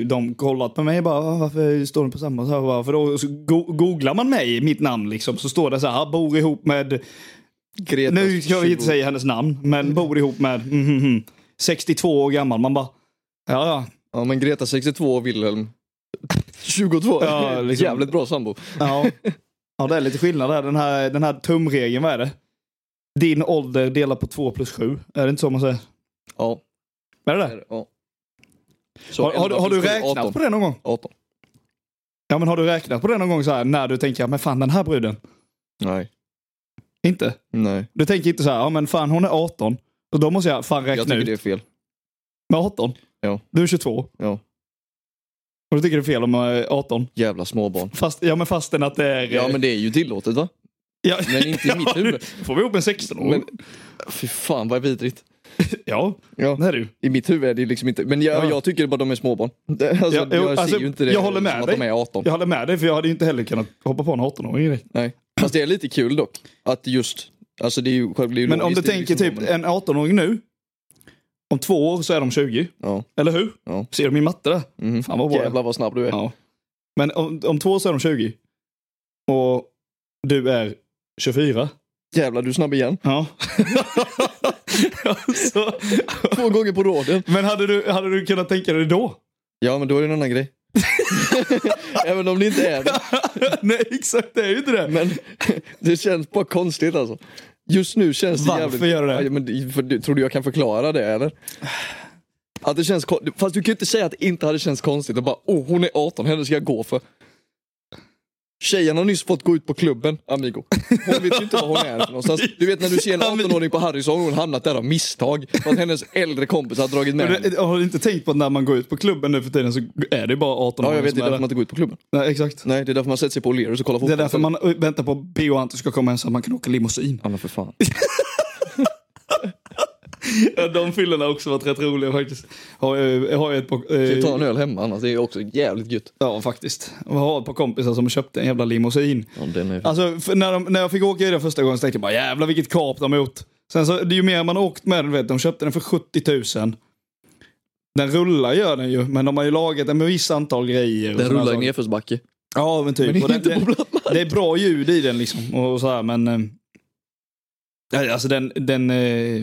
Speaker 2: eh, de kollat på mig bara, "Ah, varför står den på samma? Så här, bara, för då så go- googlar man mig, mitt namn liksom, så står det så här, bor ihop med
Speaker 1: Greta
Speaker 2: nu ska vi inte
Speaker 1: Tjugo-
Speaker 2: säga hennes namn, men bor ihop med mm, mm, mm, 62 år gammal. Man bara, ja ja.
Speaker 1: Ja men Greta 62 och Wilhelm 22.
Speaker 2: Ja, liksom.
Speaker 1: Jävligt bra sambo.
Speaker 2: Ja, ja det är lite skillnad där. Den här, den här tumregeln, vad är det? Din ålder delat på 2 plus 7. Är det inte så man säger?
Speaker 1: Ja.
Speaker 2: Är det
Speaker 1: är
Speaker 2: det?
Speaker 1: det, ja. Så
Speaker 2: Har, har, du- har du
Speaker 1: 11 plus
Speaker 2: räknat
Speaker 1: 18.
Speaker 2: på det någon gång?
Speaker 1: 18.
Speaker 2: Ja, men har du räknat på det någon gång så här när du tänker, men fan den här bruden.
Speaker 1: Nej.
Speaker 2: Inte?
Speaker 1: Nej.
Speaker 2: Du tänker inte så här, ja men fan hon är 18. Så då måste jag fan
Speaker 1: Jag
Speaker 2: räkna
Speaker 1: tycker
Speaker 2: ut.
Speaker 1: det är fel.
Speaker 2: Med 18?
Speaker 1: Ja.
Speaker 2: Du är 22.
Speaker 1: Ja.
Speaker 2: Och du tycker det är fel om eh, 18?
Speaker 1: Jävla småbarn.
Speaker 2: Fast, ja men fastän att det är... eh,
Speaker 1: Ja men det är ju tillåtet va?
Speaker 2: *laughs* ja.
Speaker 1: Men inte i mitt huvud.
Speaker 2: nu får vi ihop en 16-åring.
Speaker 1: Men fy fan vad vidrigt.
Speaker 2: Ja,
Speaker 1: Ja.
Speaker 2: det är du.
Speaker 1: I mitt huvud är det liksom inte, men jag,
Speaker 2: Ja.
Speaker 1: jag tycker bara de är småbarn. *laughs* Det- Alltså,
Speaker 2: Ja, jo,
Speaker 1: jag ser
Speaker 2: alltså,
Speaker 1: ju inte det
Speaker 2: jag håller med
Speaker 1: som att
Speaker 2: dig.
Speaker 1: de är 18.
Speaker 2: Jag håller med dig, för jag hade ju inte heller kunnat hoppa på en 18-åring direkt.
Speaker 1: Nej. Fast det är lite kul dock, att just, alltså det är ju själv det är ju
Speaker 2: Men om du
Speaker 1: logiskt, det är
Speaker 2: tänker
Speaker 1: liksom
Speaker 2: typ
Speaker 1: vad man-
Speaker 2: en 18-åring nu. Om två år så är de 20.
Speaker 1: Ja.
Speaker 2: Eller hur?
Speaker 1: Ja.
Speaker 2: Ser du min matte där?
Speaker 1: Mhm.
Speaker 2: eh, Fan vad bra jag är.
Speaker 1: Jävlar vad snabb du är.
Speaker 2: Ja. Men om, om två år så är de 20. Och du är 24.
Speaker 1: Jävlar du är snabb
Speaker 2: *laughs*
Speaker 1: igen. *laughs*
Speaker 2: Ja. alltså,
Speaker 1: Två gånger på raden.
Speaker 2: men hade du, hade du kunnat tänka dig
Speaker 1: *laughs*
Speaker 2: det då?
Speaker 1: Ja men då är det en annan
Speaker 2: *laughs*
Speaker 1: grej. Även om det inte är det.
Speaker 2: Nej, exakt. Det är ju inte det.
Speaker 1: Men *laughs* det känns bara konstigt alltså. Just nu känns det
Speaker 2: Varför
Speaker 1: jävligt...
Speaker 2: gör det det?
Speaker 1: Ja, men, det- för, du- tror du jag kan förklara det eller? Att det känns kon- Fast du kan ju inte säga att det inte hade känts konstigt och bara oh hon är 18, henne ska jag gå för. Tjejen har nyss fått gå ut på klubben, Amigo. Hon vet ju inte var hon är någonstans. Du vet när du ser en 18-åring på Harry så har hon hamnat där av misstag. För att hennes äldre kompis har dragit med henne.
Speaker 2: Men, har du inte tänkt på att när man går ut på klubben nu för tiden så är det bara 18
Speaker 1: Ja jag
Speaker 2: år
Speaker 1: vet, det
Speaker 2: som
Speaker 1: är därför man
Speaker 2: är där.
Speaker 1: inte går ut på klubben.
Speaker 2: Nej, exakt.
Speaker 1: Nej det är därför man sätter sig på O'Learys och kollar
Speaker 2: Det
Speaker 1: fotboll.
Speaker 2: är därför man väntar på att P.O. Anton ska komma hem så att man kan åka limousin.
Speaker 1: Ja men för fan.
Speaker 2: Ja, de fyllorna har också varit rätt roliga faktiskt. Har eh, jag, har jag ett par,
Speaker 1: Vi tar
Speaker 2: eh,
Speaker 1: en öl hemma annars, det är också jävligt gött.
Speaker 2: ja, faktiskt. Jag har ett par kompisar som köpte en jävla limousin.
Speaker 1: Ja, den är...
Speaker 2: Alltså, för när, de, när jag fick åka i den första gången så tänkte jag bara jävlar vilket kap de har gjort. Sen så, det är ju mer man har åkt med den, du vet, de köpte den för 70 000. Den rullar gör den ju, men de har ju lagat den med visst antal grejer. och
Speaker 1: Den
Speaker 2: såna
Speaker 1: rullar i
Speaker 2: saker.
Speaker 1: nedförsbacke.
Speaker 2: Ja, men typ.
Speaker 1: Men det är
Speaker 2: Och den,
Speaker 1: inte på
Speaker 2: den,
Speaker 1: platt mark.
Speaker 2: Det är bra ljud i den liksom. Och så här, men... eh, nej, Alltså den... den eh,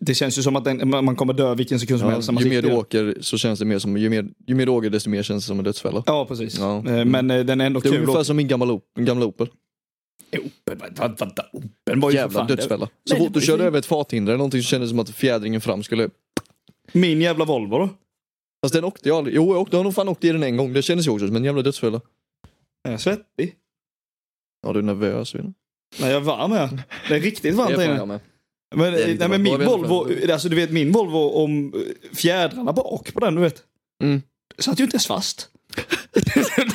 Speaker 2: det känns ju som att den, man man kommer dö vilken sekund som
Speaker 1: Ja,
Speaker 2: helst. när man
Speaker 1: ju mer
Speaker 2: sitter i
Speaker 1: du
Speaker 2: den.
Speaker 1: åker så känns det mer som, ju mer, ju mer du åker desto mer känns det som en dödsfälla.
Speaker 2: Ja, precis.
Speaker 1: Ja.
Speaker 2: Eh, Men eh, den är ändå
Speaker 1: Det är
Speaker 2: kul.
Speaker 1: ungefär
Speaker 2: att-
Speaker 1: som min gamla, Op- min gamla Opel.
Speaker 2: Open, vad- vad- vadå open var ju för
Speaker 1: Jävla
Speaker 2: fan-
Speaker 1: dödsfälla. Så
Speaker 2: Nej,
Speaker 1: fort du
Speaker 2: det-
Speaker 1: körde över ett farthinder eller någonting så kändes det som att fjädringen fram skulle...
Speaker 2: Min jävla Volvo då?
Speaker 1: Fast den åkte jag aldrig. Jo, jag, åkte, jag har nog fan åkt i den en gång. Det kändes ju också som en jävla dödsfälla.
Speaker 2: Är jag svettig?
Speaker 1: Ja, du är nervös. Wilhelm.
Speaker 2: Nej, jag är varm är jag. Det är riktigt varmt
Speaker 1: Det
Speaker 2: här
Speaker 1: är
Speaker 2: inne.
Speaker 1: fan jag med.
Speaker 2: Men, eh,
Speaker 1: Det är
Speaker 2: nej,
Speaker 1: lite
Speaker 2: men
Speaker 1: bra.
Speaker 2: min
Speaker 1: Vad är det för
Speaker 2: Volvo, alltså du vet min Volvo om eh, fjädrarna bak på den du vet.
Speaker 1: Mm.
Speaker 2: Det Satt ju inte ens fast. *laughs*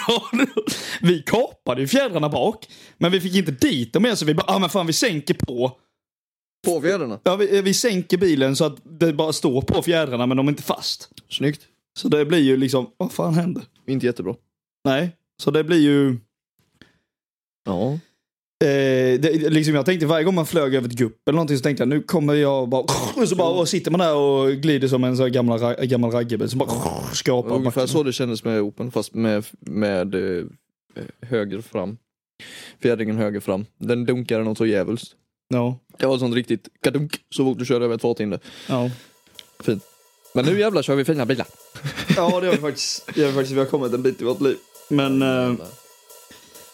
Speaker 2: vi kapade ju fjädrarna bak. Men vi fick inte dit dem än så vi bara, ah, men fan vi sänker på.
Speaker 1: På fjädrarna.
Speaker 2: Ja, vi, eh, vi sänker bilen så att det bara står på fjädrarna men de är inte fast.
Speaker 1: Snyggt.
Speaker 2: Så det blir ju liksom, vad fan händer?
Speaker 1: Inte jättebra.
Speaker 2: Nej, så det blir ju...
Speaker 1: Ja.
Speaker 2: Eh, det, liksom jag tänkte varje gång man flög över ett gupp eller någonting så tänkte jag nu kommer jag bara... Och så bara *laughs* och sitter man där och glider som en sån här gammal, ra- gammal raggarbil som bara *laughs*
Speaker 1: Det
Speaker 2: skrapar.
Speaker 1: var ungefär
Speaker 2: backen.
Speaker 1: så det kändes med Open, fast med, med eh, höger fram. Fjädringen höger fram. Den dunkade något så djävulskt.
Speaker 2: Ja.
Speaker 1: Det var sånt riktigt kadunk så fort du körde över ett farthinder.
Speaker 2: Ja.
Speaker 1: Fint. Men nu jävlar kör vi fina *clears throat* bilar.
Speaker 2: ja, det har vi faktiskt. Det har vi faktiskt. Vi har kommit en bit i vårt liv. Men eh,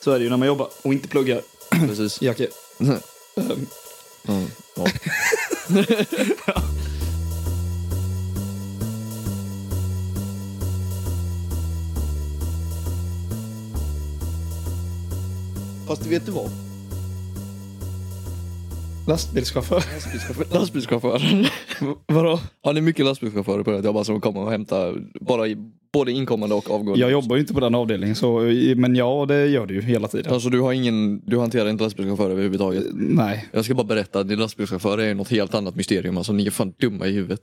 Speaker 2: så är det ju när man jobbar och inte pluggar.
Speaker 1: Precis.
Speaker 2: Jacke.
Speaker 1: Mm.
Speaker 2: Ehm,
Speaker 1: Ja. *laughs* Fast vet du vad?
Speaker 2: Lastbilschaufför.
Speaker 1: Lastbilschaufför- *laughs* Lastbilschauffören.
Speaker 2: Vadå?
Speaker 1: Har ni mycket lastbilschaufförer på det jobba som kommer och hämtar bara, i- både inkommande och avgående?
Speaker 2: Jag jobbar ju inte på den avdelningen så, eh, men ja, det gör du ju hela tiden.
Speaker 1: Alltså du har ingen, du hanterar inte lastbilschaufförer överhuvudtaget?
Speaker 2: Nej.
Speaker 1: Jag ska bara berätta att din lastbilschaufför är något helt annat mysterium. Alltså ni är fan dumma i huvudet.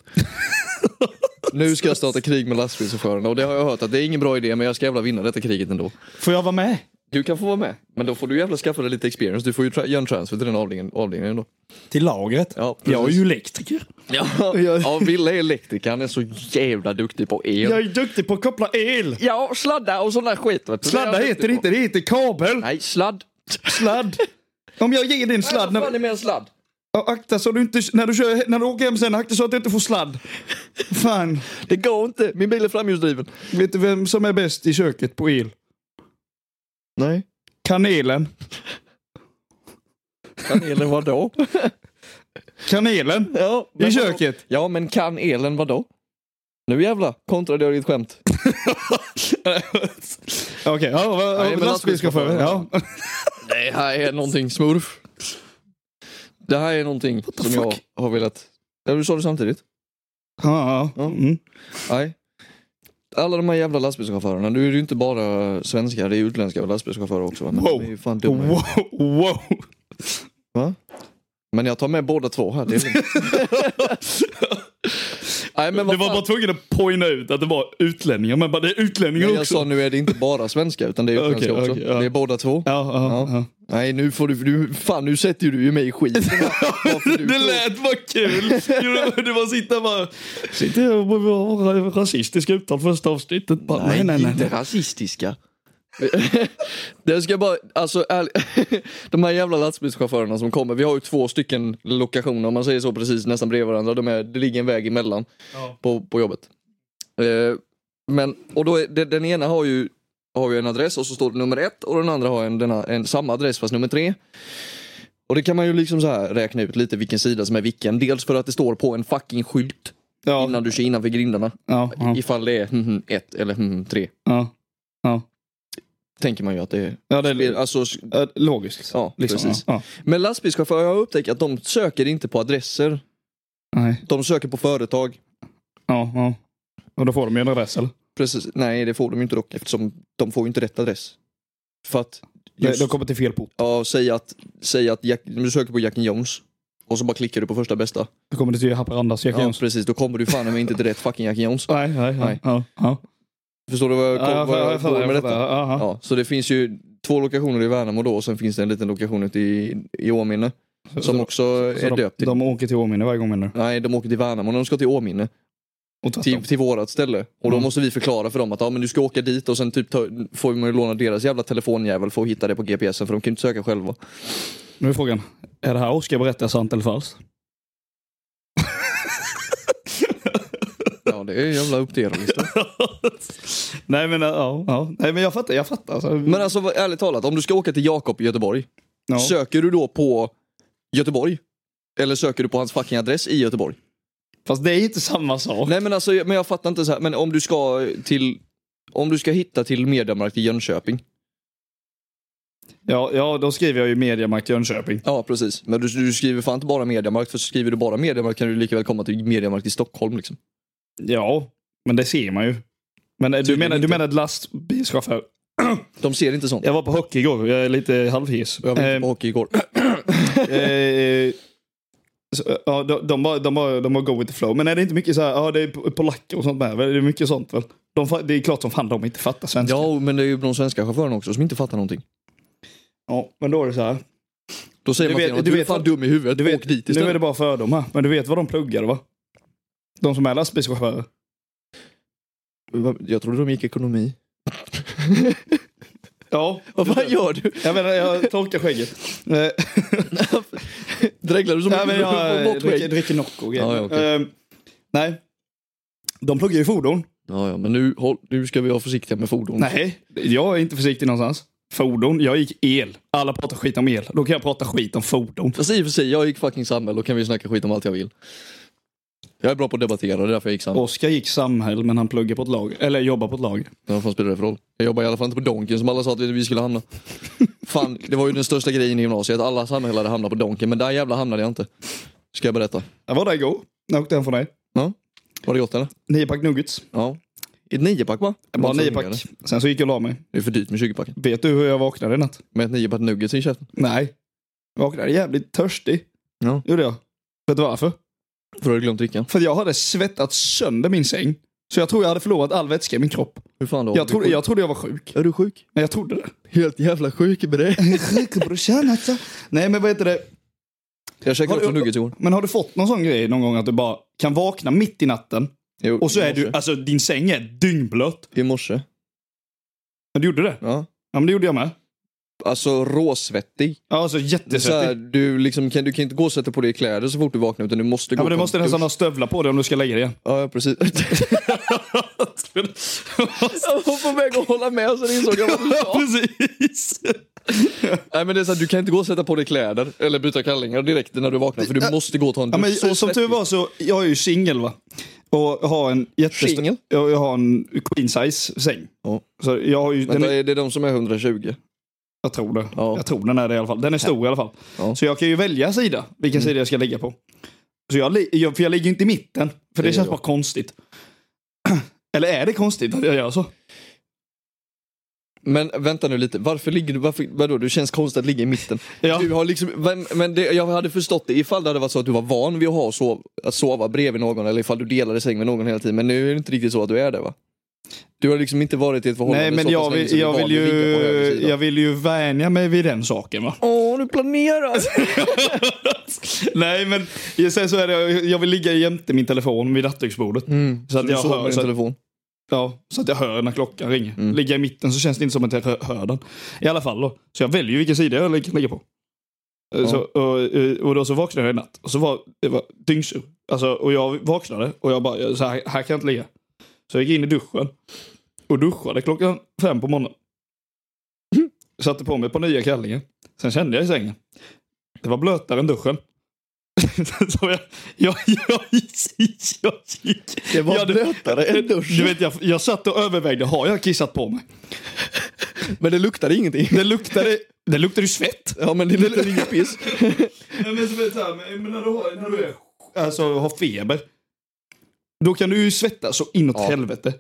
Speaker 1: *laughs* nu ska jag starta krig med lastbilschaufförerna och det har jag hört att det är ingen bra idé men jag ska jävla vinna detta kriget ändå.
Speaker 2: Får jag vara med?
Speaker 1: Du kan få vara med, men då får du jävla skaffa dig lite experience. Du får ju tra- göra en transfer till den avdelningen, avdelningen då.
Speaker 2: Till lagret?
Speaker 1: Ja, precis.
Speaker 2: jag är ju elektriker.
Speaker 1: Ja, ja Wille är elektriker, han är så jävla duktig på el.
Speaker 2: Jag är duktig på att koppla el.
Speaker 1: Ja, sladda och sån där skit. Vet du.
Speaker 2: Sladda
Speaker 1: Det är jag
Speaker 2: heter
Speaker 1: duktig
Speaker 2: det
Speaker 1: på.
Speaker 2: inte, det heter kabel.
Speaker 1: Nej, sladd.
Speaker 2: Sladd. Om jag ger dig en sladd,
Speaker 1: Vad fan
Speaker 2: när,
Speaker 1: är med en sladd?
Speaker 2: Ja, akta så du inte, när du, kör, när du åker hem sen, akta så att du inte får sladd. Fan,
Speaker 1: Det går inte, min bil är framhjulsdriven.
Speaker 2: vet du vem som är bäst i köket på el?
Speaker 1: Nej.
Speaker 2: Kanelen.
Speaker 1: Kan elen vadå?
Speaker 2: Kanelen.
Speaker 1: Ja,
Speaker 2: I
Speaker 1: men-
Speaker 2: köket.
Speaker 1: Ja, men kan elen vadå? Nu jävla kontrade jag ditt
Speaker 2: *laughs*
Speaker 1: skämt.
Speaker 2: Okej, ja, vad-
Speaker 1: Nej, men
Speaker 2: lastbilschaufför. Ja.
Speaker 1: Det här är någonting smurf. Det här är någonting som
Speaker 2: fuck?
Speaker 1: jag har velat... Ja, du sa det samtidigt.
Speaker 2: Ja, ja.
Speaker 1: Ja.
Speaker 2: Mm.
Speaker 1: Nej. Alla de här jävla lastbilschaufförerna, nu är det ju inte bara svenskar, det är utländska lastbilschaufförer också. va? Men
Speaker 2: Wow.
Speaker 1: de är ju fan dumma.
Speaker 2: Wow, wow.
Speaker 1: Men jag tar med båda två här. Det, är
Speaker 2: *laughs*
Speaker 1: lugnt. Nej, men
Speaker 2: Du
Speaker 1: vad
Speaker 2: var
Speaker 1: fan?
Speaker 2: bara tvungen att poängtera ut att det var utlänningar, men bara det är utlänningar
Speaker 1: Jag
Speaker 2: också.
Speaker 1: sa nu är det inte bara svenska utan det är utländska
Speaker 2: Okej,
Speaker 1: också.
Speaker 2: okej, ja.
Speaker 1: Det är båda två.
Speaker 2: Ja, ja, ja.
Speaker 1: Nej nu får du, du, fan nu sätter ju du ju mig i skiten.
Speaker 2: *laughs*
Speaker 1: Varför du
Speaker 2: Det
Speaker 1: tror-
Speaker 2: lät bara kul. Jo, Du bara sitter bara... Sitter jag och var rasistisk utan första avsnittet. Bara, nej, nej, nej.
Speaker 1: inte rasistiska. *laughs* det ska bara, alltså ärligt, *laughs* de här jävla lastbilschaufförerna som kommer, vi har ju två stycken lokationer om man säger så precis nästan bredvid varandra. De är, det ligger en väg emellan
Speaker 2: Ja.
Speaker 1: på, på jobbet. Eh, men, och då är, det- den ena har ju, har ju en adress och så står det nummer ett och den andra har en, denna, en samma adress fast nummer tre. Och det kan man ju liksom så här räkna ut lite vilken sida som är vilken. Dels för att det står på en fucking skylt
Speaker 2: Ja,
Speaker 1: innan du kör innanför grindarna.
Speaker 2: ja, ja,
Speaker 1: Ifall det är mhm, ett eller mhm, tre.
Speaker 2: ja, ja.
Speaker 1: tänker man ju att det är.
Speaker 2: Ja, det är
Speaker 1: Alltså,
Speaker 2: ja, logiskt. liksom.
Speaker 1: ja, precis.
Speaker 2: Ja,
Speaker 1: Men lastbilschaufförer har upptäckt att de söker inte på adresser.
Speaker 2: ja, nej.
Speaker 1: De söker på företag.
Speaker 2: Ja, ja. Och då får de ju en adress eller?
Speaker 1: Precis. Nej, det får de ju inte dock eftersom de får ju inte rätt adress. För att,
Speaker 2: De,
Speaker 1: just,
Speaker 2: de kommer till fel port.
Speaker 1: ja, säg att, säg att Jack, du söker på Jack and Jones och så bara klickar du på första bästa.
Speaker 2: Då kommer det till Haparandas Jack
Speaker 1: Ja,
Speaker 2: Jones.
Speaker 1: precis. Då kommer du fan om inte till rätt fucking Jack and Jones.
Speaker 2: Nej, nej, nej.
Speaker 1: Nej.
Speaker 2: Ja, ja.
Speaker 1: Förstår du vad jag,
Speaker 2: Ja, jag
Speaker 1: vad jag,
Speaker 2: fattar,
Speaker 1: går med
Speaker 2: jag
Speaker 1: detta?
Speaker 2: fattar. Ja, ja.
Speaker 1: Ja, så det finns ju två lokationer i Värnamo då och sen finns det en liten lokation ute i, i Åminne som också
Speaker 2: Så
Speaker 1: är
Speaker 2: de,
Speaker 1: döpt till.
Speaker 2: de åker till Åminne varje gång menar du?
Speaker 1: Nej, de åker till Värnamo när de ska till Åminne.
Speaker 2: Och tvärtom.
Speaker 1: till, till vårat ställe. Och då
Speaker 2: Mm.
Speaker 1: måste vi förklara för dem att ja, men du ska åka dit och sen typ ta, får man ju låna deras jävla telefonjävel för att hitta det på GPSen för de kan ju inte söka själva.
Speaker 2: Nu är frågan, är det här Oskar berättar sant eller falskt?
Speaker 1: Ja det är jävla upp till er att *laughs* lista.
Speaker 2: Nej men ja, ja. Nej men jag fattar, jag fattar. Alltså,
Speaker 1: Men alltså vad- ärligt talat, om du ska åka till Jakob i Göteborg
Speaker 2: Ja.
Speaker 1: Söker du då på Göteborg? Eller söker du på hans fucking adress i Göteborg?
Speaker 2: Fast det är inte samma sak.
Speaker 1: Nej men alltså, men jag fattar inte så här. Men om du ska till... Om du ska hitta till Mediamarkt i Jönköping.
Speaker 2: Ja, ja, då skriver jag ju Mediamarkt Jönköping.
Speaker 1: Ja precis. Men du, du skriver fan inte bara Mediamarkt. För skriver du bara Mediamarkt kan du lika väl komma till Mediamarkt i Stockholm liksom.
Speaker 2: Ja, men det ser man ju. Men eh, du
Speaker 1: Tydligen
Speaker 2: menar, du
Speaker 1: inte.
Speaker 2: menar ett lastbilschaufför?
Speaker 1: De ser inte sånt.
Speaker 2: Jag var på hockey igår, jag är lite halvhiss.
Speaker 1: Jag var inte på
Speaker 2: Eh,
Speaker 1: hockey igår.
Speaker 2: eh, så, ja, de, de, bara, de, bara, de bara go with the flow. Men är det inte mycket så här, ja det är po- polacker och sånt där, väl? det är mycket sånt väl? De, fa- det är klart som fan de inte fattar svenska.
Speaker 1: Ja, men det är ju de svenska chaufförerna också som inte fattar någonting.
Speaker 2: Ja, men då är det så här.
Speaker 1: Då säger
Speaker 2: Du
Speaker 1: man
Speaker 2: vet-
Speaker 1: till honom,
Speaker 2: du
Speaker 1: du är
Speaker 2: vet
Speaker 1: fan
Speaker 2: vad-
Speaker 1: dum i huvudet,
Speaker 2: Du vet,
Speaker 1: åk dit
Speaker 2: nu är
Speaker 1: istället.
Speaker 2: det bara fördomar, men du vet vad de pluggar va? De som är lastbilschaufförer.
Speaker 1: Va? Jag trodde de gick
Speaker 2: *laughs*
Speaker 1: ekonomi.
Speaker 2: Ja,
Speaker 1: Vad fan gör du?
Speaker 2: jag menar jag torkar skägget. Eh,
Speaker 1: *laughs*
Speaker 2: *laughs*
Speaker 1: Dreglar du som
Speaker 2: Nej,
Speaker 1: *laughs*
Speaker 2: men *laughs*
Speaker 1: Få
Speaker 2: jag
Speaker 1: bort skägg.
Speaker 2: dricker, dricker Nocco och
Speaker 1: Ja,
Speaker 2: grejer.
Speaker 1: ja, okej.
Speaker 2: Ehm, Nej. De pluggar ju fordon.
Speaker 1: Ja, ja, men nu, håll, nu ska vi vara försiktiga med fordon.
Speaker 2: Nej, jag är inte försiktig någonstans. Fordon. Jag gick el. Alla pratar skit om el. Då kan jag prata skit om fordon.
Speaker 1: Fast i och för sig, jag gick fucking samhälle, då kan vi snacka skit om allt jag vill. Jag är bra på att debattera, det är därför jag gick samhälle.
Speaker 2: Oskar gick samhäll, men han pluggar på ett lag. Eller jobbar på ett lag.
Speaker 1: Men Vad fan spelar det för roll? Jag jobbar i alla fall inte på Donken som alla sa att vi vi skulle hamna. Fan, det var ju den största grejen i gymnasiet, att alla samhällare hamnade på Donken, men där jävla hamnade jag inte. Ska jag berätta.
Speaker 2: Jag var där igår. Jag åkte hem från dig.
Speaker 1: Var det gott eller?
Speaker 2: Nio pack nuggets.
Speaker 1: Ja. Ett niopack va?
Speaker 2: Bara
Speaker 1: Något
Speaker 2: nio
Speaker 1: som ringade.
Speaker 2: pack. Sen så gick jag och la mig.
Speaker 1: Det är för dyrt med 20-packen.
Speaker 2: Vet du hur jag vaknade i natt?
Speaker 1: Med ett niopack nuggets i käften.
Speaker 2: Nej. Jag vaknade jävligt törstig.
Speaker 1: Ja.
Speaker 2: Gjorde jag. Vet du varför?
Speaker 1: För då har du glömt drickan.
Speaker 2: För jag hade svettat sönder min säng. Så jag tror jag hade förlorat all vätska i min kropp.
Speaker 1: Hur fan då?
Speaker 2: Jag trodde,
Speaker 1: jag...
Speaker 2: jag trodde jag var sjuk.
Speaker 1: Är du sjuk?
Speaker 2: Nej, jag trodde det.
Speaker 1: Helt jävla sjuk med det.
Speaker 2: Sjuk brorsan alltså. Nej, men vad heter det?
Speaker 1: Jag käkade
Speaker 2: Har du-
Speaker 1: också nuggets igår.
Speaker 2: Men har du fått någon sån grej någon gång att du bara kan vakna mitt i natten
Speaker 1: Jo,
Speaker 2: och så
Speaker 1: i
Speaker 2: är du,
Speaker 1: morse.
Speaker 2: alltså din säng är dyngblöt.
Speaker 1: I morse.
Speaker 2: Men du gjorde det?
Speaker 1: Ja.
Speaker 2: Ja, men det gjorde jag med.
Speaker 1: Alltså råsvettig.
Speaker 2: Ja, alltså
Speaker 1: Det är så här,
Speaker 2: jättesvettig.
Speaker 1: du, liksom, kan, du kan inte gå och sätta på dig kläder så fort du vaknar utan du måste gå
Speaker 2: Ja, men du
Speaker 1: på en
Speaker 2: måste nästan
Speaker 1: dusch.
Speaker 2: ha stövlar på dig om du ska lägga dig igen.
Speaker 1: Ja, ja, precis.
Speaker 2: *laughs*
Speaker 1: jag var på väg att hålla med så insåg jag vad du
Speaker 2: Ja,
Speaker 1: sa.
Speaker 2: precis.
Speaker 1: Nej, men det är så här, du kan inte gå och sätta på dig kläder eller byta kallingar direkt när du vaknar för du måste gå och ta en dusch.
Speaker 2: Ja, men,
Speaker 1: Så
Speaker 2: och som tur
Speaker 1: svettig.
Speaker 2: var så, jag är ju singel va. Och jag har en jättestor...
Speaker 1: Singel?
Speaker 2: Jag, jag har en queen size säng.
Speaker 1: Ja.
Speaker 2: Så jag har ju... Den
Speaker 1: Vänta,
Speaker 2: är,
Speaker 1: är det de som är 120?
Speaker 2: jag tror det.
Speaker 1: Ja.
Speaker 2: Jag tror den är det i alla fall. Den är stor i alla fall.
Speaker 1: Ja. Mm.
Speaker 2: Så jag kan ju välja sida, vilken sida jag ska ligga på. Så jag, li- jag, för jag ligger ju inte i mitten, för det,
Speaker 1: Det
Speaker 2: känns
Speaker 1: gör
Speaker 2: bara konstigt. *clears throat* Eller är det konstigt att jag gör så?
Speaker 1: Men vänta nu lite, varför ligger du, varför, vadå det känns konstigt att ligga i mitten?
Speaker 2: Ja.
Speaker 1: Du har liksom, men, men det, jag hade förstått det ifall det hade varit så att du var van vid att, ha sov, att sova bredvid någon eller ifall du delade säng med någon hela tiden. Men nu är det inte riktigt så att du är det va? Du har liksom inte varit i ett förhållande
Speaker 2: Nej, men
Speaker 1: så
Speaker 2: jag
Speaker 1: pass länge
Speaker 2: vill,
Speaker 1: så du är
Speaker 2: jag,
Speaker 1: van
Speaker 2: vill
Speaker 1: vid att
Speaker 2: ju,
Speaker 1: ligga på höger sida.
Speaker 2: jag vill ju vänja mig vid den saken. Va? *laughs*
Speaker 1: Åh, du planerar!
Speaker 2: Nej, men sen så är det, jag vill ligga jämte min telefon vid nattduksbordet. Så, att
Speaker 1: Mm. Du
Speaker 2: jag
Speaker 1: sover
Speaker 2: hör,
Speaker 1: med
Speaker 2: så,
Speaker 1: din
Speaker 2: att,
Speaker 1: telefon.
Speaker 2: ja, så att jag hör när klockan ringer. Ligga i mitten så känns det inte som att jag hör- hör den. I alla fall då. Så jag väljer ju vilken sida jag ligger ligger på. Eh, Så, och, och då så vaknade jag i natt och så var det var dyngsur. Alltså, och jag vaknade och jag bara, jag- så här, här kan jag inte ligga. Så jag gick in i duschen och duschade klockan fem på morgonen. Satte på mig på nya kallingar. Sen kände jag i sängen. Det var blötare än duschen. *laughs* så jag, jag, jag, jag gick
Speaker 1: Det var
Speaker 2: Ja, du-
Speaker 1: blötare än duschen.
Speaker 2: du vet, jag, jag satt och övervägde, har jag kissat på mig?
Speaker 1: Men det luktade ingenting.
Speaker 2: Det luktade, det luktade ju svett.
Speaker 1: *laughs* Ja men det luktade inget
Speaker 2: *laughs*
Speaker 1: piss.
Speaker 2: Men, men, när du, har, när du är, alltså, har feber, då kan du ju svettas så inåt
Speaker 1: Ja.
Speaker 2: helvete.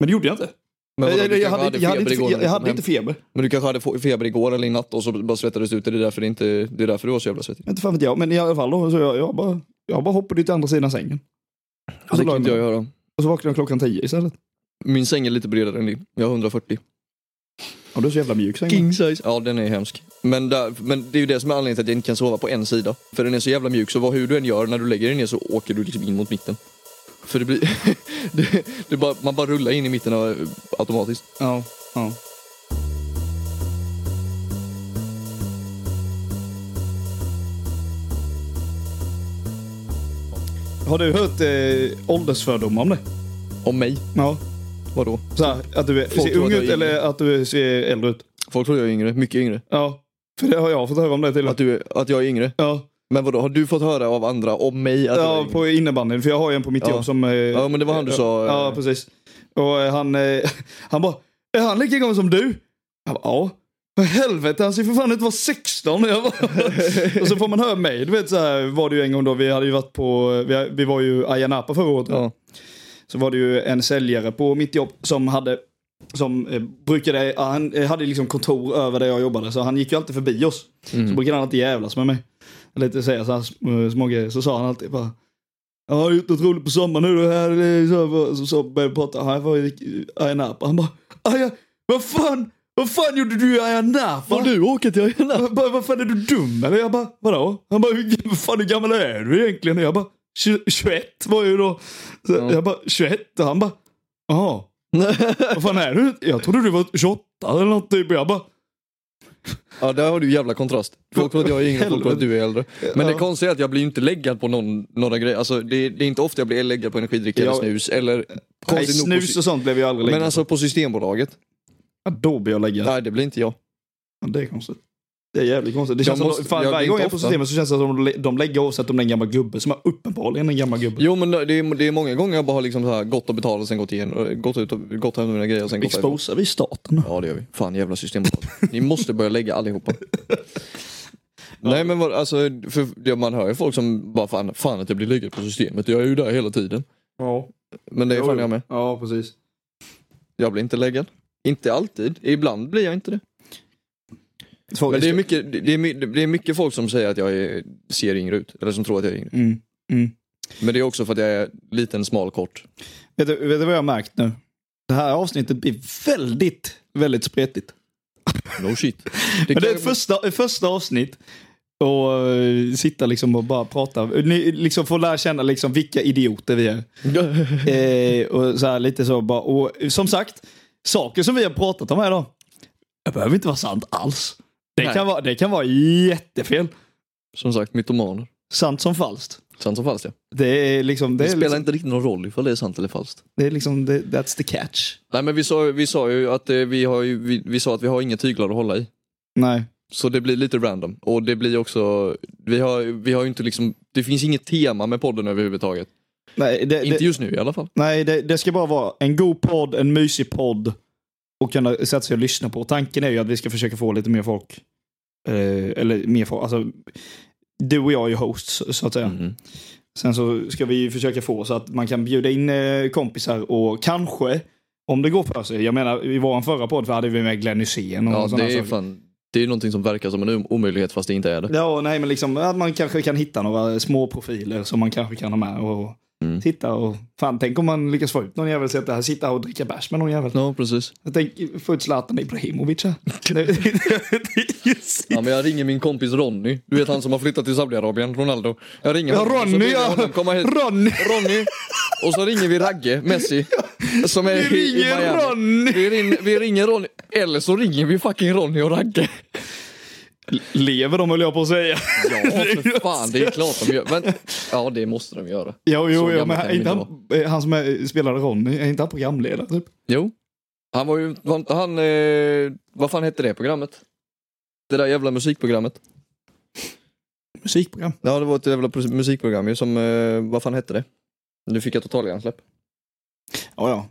Speaker 2: Men det gjorde jag inte.
Speaker 1: Men vadå,
Speaker 2: jag,
Speaker 1: du
Speaker 2: jag, jag,
Speaker 1: kanske
Speaker 2: hade, jag hade
Speaker 1: feber
Speaker 2: inte,
Speaker 1: igår när
Speaker 2: jag,
Speaker 1: du kom
Speaker 2: hade
Speaker 1: hem.
Speaker 2: inte feber.
Speaker 1: Men du kanske hade fo- feber igår eller i natt och så bara svettades ut. Det är därför, det inte, det är därför du var så jävla svettig.
Speaker 2: Inte fan vet jag, men i alla fall då, så jag, jag, bara, jag bara hoppade till andra sidan sängen.
Speaker 1: Ja,
Speaker 2: så
Speaker 1: det
Speaker 2: la
Speaker 1: kan
Speaker 2: jag
Speaker 1: inte jag
Speaker 2: mig.
Speaker 1: göra.
Speaker 2: Och så vaknade jag klockan tio istället.
Speaker 1: Min säng är lite bredare än din. Jag har 140.
Speaker 2: Och du är så jävla mjuk säng.
Speaker 1: King size. Ja, den är hemsk. Men, där, men det är ju det som är anledningen till att jag inte kan sova på en sida. För den är så jävla mjuk, så vad, hur du än gör, när du lägger dig ner så åker du liksom in mot mitten. För det blir... *laughs* det, det bara, man bara rullar in i mitten av, automatiskt.
Speaker 2: Ja, ja. Har du hört eh, åldersfördomar om det?
Speaker 1: Om mig,
Speaker 2: Ja.
Speaker 1: vadå?
Speaker 2: Så här, att du är,
Speaker 1: Folk
Speaker 2: ser
Speaker 1: tror
Speaker 2: ung
Speaker 1: att jag
Speaker 2: ut
Speaker 1: är
Speaker 2: eller att du ser äldre ut?
Speaker 1: Folk tror jag är yngre, mycket yngre.
Speaker 2: Ja. För det har jag fått höra om det till.
Speaker 1: Att, du, att jag är yngre.
Speaker 2: Ja,
Speaker 1: Men vadå, har du fått höra av andra om mig att jag är
Speaker 2: ja
Speaker 1: yngre?
Speaker 2: på innebandyn. För jag har ju en på mitt
Speaker 1: Ja.
Speaker 2: jobb som... eh,
Speaker 1: Ja, men det var han du sa, eh.
Speaker 2: Ja, precis. Och eh, han, eh, *laughs* han bara, är han lika gammal som du? Jag bara, ja. För helvete, han ser för fan ut att vara 16. *laughs* Jag bara, och så får man höra mig. Du vet så här var det ju en gång då, vi hade ju varit på, vi, vi var ju i Ayia Napa förra året.
Speaker 1: Ja.
Speaker 2: Så var det ju en säljare på mitt jobb som hade som eh, brukade, ja, han eh, hade liksom kontor över där jag jobbade så han gick ju alltid förbi oss.
Speaker 1: Mm.
Speaker 2: Så brukade han alltid jävlas med mig. Lite säga så här sm- eh, små grejer. Så sa han alltid bara Ja, har du gjort något roligt på sommaren nu då? Här, eh, så, så, så började vi prata. Han var i Ayia Napa. Han bara, "Ayia, vad fan, vad fan gjorde du i Ayia Napa?
Speaker 1: Får du åka till Ayia
Speaker 2: Jag bara, *laughs* vad fan är du dum eller? Jag bara, vadå? Han bara, hur gam- vad fan hur gammal är du egentligen? Och Jag bara, "Tju- 21 var ju då. Så
Speaker 1: Ja.
Speaker 2: Jag bara, 21? Och han bara, jaha. Vad fan är du? Jag trodde du var 28 eller något typ. Och Jag bara,
Speaker 1: Ja, där har du jävla kontrast. Folk tror att jag är yngre, folk tror att du är äldre. Men det
Speaker 2: Ja.
Speaker 1: konstiga är att jag blir ju inte läggad på någon, några grejer. Alltså, det, det är inte ofta jag blir läggad på energidryck eller
Speaker 2: Jag-
Speaker 1: snus. Eller,
Speaker 2: nej,
Speaker 1: konstigt nog på
Speaker 2: snus och sånt blev jag aldrig
Speaker 1: sy-
Speaker 2: längre.
Speaker 1: men alltså på Systembolaget.
Speaker 2: ja, då blir jag lägga.
Speaker 1: Nej, det blir inte jag.
Speaker 2: Ja, det är konstigt. Det är jävligt konstigt. Det
Speaker 1: Jag
Speaker 2: känns som
Speaker 1: måste-
Speaker 2: de, fan,
Speaker 1: jag-
Speaker 2: varje
Speaker 1: det är
Speaker 2: gång jag är
Speaker 1: inte
Speaker 2: på
Speaker 1: ofta.
Speaker 2: systemet så känns det som de, lä- de lägger oavsett om det är en gammal gubbe som är uppenbarligen en gammal gubbe.
Speaker 1: Jo men det är, det är många gånger jag bara har liksom så här gått och betalat och sen gått igen. och Gått ut och gått hem med mina grejer och sen gått härifrån.
Speaker 2: Exposar vi staten?
Speaker 1: Ja det gör vi. Fan jävla systembolaget. Ni måste börja lägga
Speaker 2: *laughs*
Speaker 1: allihopa. Nej men vad, alltså, för det- man hör ju folk som bara fan, fan att jag blir liggande på systemet. Jag är ju där hela tiden.
Speaker 2: Ja.
Speaker 1: Men det är fan jag med.
Speaker 2: Ja, precis.
Speaker 1: Jag blir inte läggad. Inte alltid. Ibland blir jag inte det.
Speaker 2: Folk
Speaker 1: Men det är mycket, det är, my- det är mycket folk som säger att jag är, ser yngre ut. Eller som tror att jag är yngre.
Speaker 2: Mm. Mm.
Speaker 1: Men det är också för att jag är liten, smal, kort.
Speaker 2: Vet du, vet du vad jag har märkt nu? Det här avsnittet blir väldigt, väldigt spretigt.
Speaker 1: No shit.
Speaker 2: *laughs* Det, det är
Speaker 1: kan-
Speaker 2: ett första, ett första avsnitt. Och eh, sitta liksom och bara prata. Ni, liksom få lära känna liksom vilka idioter vi är. Eh, och så här, lite så bara. Och som sagt, saker som vi har pratat om här idag. Det behöver inte vara sant alls. Det,
Speaker 1: Nej.
Speaker 2: kan vara, det kan vara jättefel.
Speaker 1: *laughs* Som sagt, mytomaner.
Speaker 2: Sant som falskt.
Speaker 1: Sant som falskt ja.
Speaker 2: Det är liksom, det
Speaker 1: Det
Speaker 2: är
Speaker 1: spelar
Speaker 2: liksom,
Speaker 1: inte riktigt någon roll ifall det är sant eller falskt.
Speaker 2: det är liksom det, that's the catch.
Speaker 1: Nej men vi sa, vi sa ju att eh, vi har ju, vi, vi sa att vi har inga tyglar att hålla i.
Speaker 2: Nej.
Speaker 1: Så det blir lite random. Och det blir också, vi har, vi har ju inte liksom, det finns inget tema med podden överhuvudtaget.
Speaker 2: Nej, det, Eh, det,
Speaker 1: Inte just nu i alla fall.
Speaker 2: Nej, det, det ska bara vara en god podd, en mysig podd och kunna sätta sig och lyssna på. Tanken är ju att vi ska försöka få lite mer folk. Eh, eller mer folk, alltså du och jag är ju hosts så att säga.
Speaker 1: Mhm.
Speaker 2: Sen så ska vi ju försöka få så att man kan bjuda in eh, kompisar och kanske, om det går för sig, jag menar i våran förra podd för hade vi med Glenn Hysén och
Speaker 1: Ja,
Speaker 2: sådana
Speaker 1: det är
Speaker 2: saker.
Speaker 1: fan, det är någonting som verkar som en om- omöjlighet fast det inte är det.
Speaker 2: Ja, nej men liksom att man kanske kan hitta några små profiler som man kanske kan ha med och
Speaker 1: Mm.
Speaker 2: titta och fan tänk om man lyckas få ut någon jävel, sitta här, sitta här och dricka bärs med någon jävel.
Speaker 1: Ja precis.
Speaker 2: Jag tänker få ut Zlatan
Speaker 1: *laughs*
Speaker 2: Ibrahimovic här.
Speaker 1: Ja, men jag ringer min kompis Ronny. Du vet han som har flyttat till Saudiarabien, Ronaldo. Jag ringer honom och så ber jag honom komma hit.
Speaker 2: Ronny!
Speaker 1: Ronny. Och så ringer vi Ragge, Messi. Som är
Speaker 2: Vi
Speaker 1: i- i
Speaker 2: ringer
Speaker 1: Miami.
Speaker 2: Ronny!
Speaker 1: Vi, rin, vi ringer Ronny, eller så ringer vi fucking Ronny och Ragge.
Speaker 2: Lever de höll jag på att säga.
Speaker 1: Ja, *laughs* för fan, det är klart de gör. Men, ja, det måste de göra.
Speaker 2: Jo,
Speaker 1: Så
Speaker 2: jo, jo
Speaker 1: gammal
Speaker 2: men
Speaker 1: kan
Speaker 2: är
Speaker 1: de
Speaker 2: inte
Speaker 1: inte
Speaker 2: han, eh, han som är, spelade Ronny, är inte han programledare typ?
Speaker 1: Jo. Han var ju, var inte han, eh, vad fan hette det programmet? Det där jävla musikprogrammet.
Speaker 2: Musikprogram.
Speaker 1: Ja, det var ett jävla pr- musikprogram ju som, eh, vad fan hette det? Nu fick jag totalhjärnsläpp.
Speaker 2: Ja, ja.
Speaker 1: Han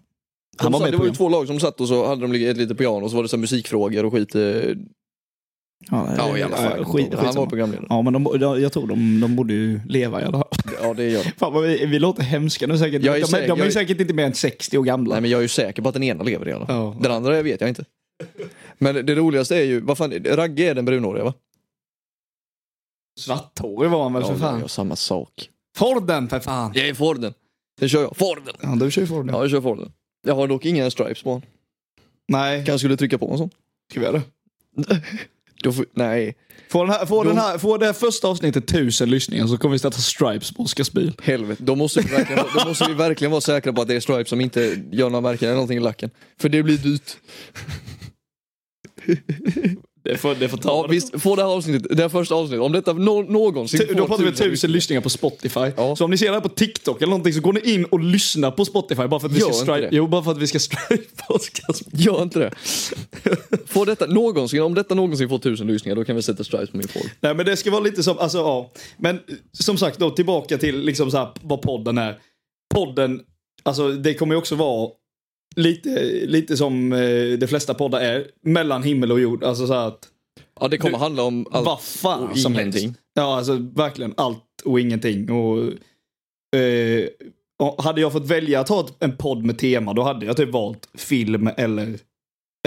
Speaker 2: Han var med i
Speaker 1: det var ju
Speaker 2: program.
Speaker 1: två lag som satt och så hade de li- ett litet piano och så var det så här musikfrågor och skit. eh, Ja, i alla fall.
Speaker 2: Skit,
Speaker 1: han var
Speaker 2: skitsamma.
Speaker 1: programledare.
Speaker 2: Ja, men de, de, jag tror de, de borde ju leva i alla fall.
Speaker 1: Ja, det gör de.
Speaker 2: *laughs* Fan, vad vi, vi låter hemska nu säkert.
Speaker 1: Jag är
Speaker 2: de,
Speaker 1: säker-
Speaker 2: de är
Speaker 1: jag är-
Speaker 2: säkert inte mer än 60 år gamla.
Speaker 1: Nej, men jag är ju säker på att den ena lever i alla fall.
Speaker 2: Ja.
Speaker 1: Den andra vet jag inte. Men det roligaste är ju, vad fan, Ragge är den brunhåriga va?
Speaker 2: Svarthårig var han väl för
Speaker 1: vi
Speaker 2: fan.
Speaker 1: gör samma sak.
Speaker 2: Forden för fan!
Speaker 1: Jag är Forden. Det kör jag. Forden.
Speaker 2: Ja, du kör ju Forden.
Speaker 1: Ja, jag kör Forden. Jag har dock inga stripes på honom.
Speaker 2: Nej,
Speaker 1: Kanske skulle trycka på en sån.
Speaker 2: ska vi göra det?
Speaker 1: *laughs* Då får, nej,
Speaker 2: Får, den här, får,
Speaker 1: De-
Speaker 2: den här, får det här första avsnittet tusen lyssningar så kommer vi starta stripes på Oskars bil.
Speaker 1: helvete. Då måste, vi verkligen, då måste vi verkligen vara säkra på att det är stripes som inte gör några märken eller någonting i lacken. För det blir dyrt.
Speaker 2: Det får, det får ta.
Speaker 1: Ja, visst, få det här avsnittet, det här första avsnittet, om detta nå- någonsin
Speaker 2: Tu- Då
Speaker 1: får
Speaker 2: pratar vi tusen lyssningar på Spotify.
Speaker 1: Ja.
Speaker 2: Så om ni ser det här på TikTok eller någonting så går ni in och lyssnar på Spotify bara för att vi
Speaker 1: Gör
Speaker 2: ska
Speaker 1: inte
Speaker 2: stripe.
Speaker 1: det.
Speaker 2: Jo, bara för att vi ska stripa Oscars.
Speaker 1: Gör inte det. *laughs* Får detta någonsin, om detta någonsin får tusen lyssningar då kan vi sätta stripes på min podd.
Speaker 2: Nej men det ska vara lite som, alltså ja. Men eh, som sagt då tillbaka till liksom så här vad podden är. Podden, alltså det kommer ju också vara lite, lite som eh, de flesta poddar är. Mellan himmel och jord. Alltså så här att
Speaker 1: Ja det kommer handla om allt.
Speaker 2: vad fan
Speaker 1: och
Speaker 2: som
Speaker 1: ingenting.
Speaker 2: helst. Ja alltså verkligen allt och ingenting. Och, eh, och hade jag fått välja att ha ett- en podd med tema då hade jag typ valt film eller,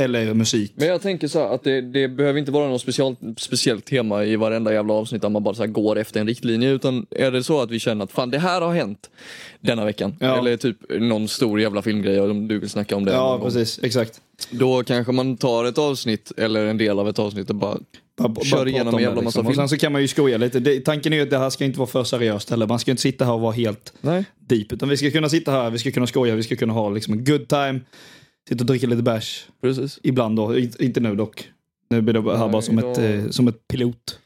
Speaker 2: eller musik.
Speaker 1: Men jag tänker så här att det, det behöver inte vara något speciellt, speciellt tema i varenda jävla avsnitt där man bara så här går efter en riktlinje utan är det så att vi känner att fan det här har hänt denna veckan.
Speaker 2: Ja.
Speaker 1: Eller typ någon stor jävla filmgrej om du vill snacka om det. någon
Speaker 2: Ja
Speaker 1: gång.
Speaker 2: precis, exakt.
Speaker 1: Då kanske man tar ett avsnitt eller en del av ett avsnitt och bara
Speaker 2: Bara, bara
Speaker 1: Kör
Speaker 2: prata
Speaker 1: igenom en
Speaker 2: om det, liksom.
Speaker 1: jävla massa
Speaker 2: Och sen så kan man ju skoja lite. Det, tanken är ju att det här ska inte vara för seriöst heller. Man ska ju inte sitta här och vara helt
Speaker 1: Nej.
Speaker 2: deep. Utan vi ska kunna sitta här, vi ska kunna skoja, vi ska kunna ha liksom en good time. Sitta och dricka lite bärs.
Speaker 1: Precis.
Speaker 2: Ibland då, I, inte nu dock. Nu blir det här
Speaker 1: Nej,
Speaker 2: bara som,
Speaker 1: idag-
Speaker 2: ett, eh, som ett pilot.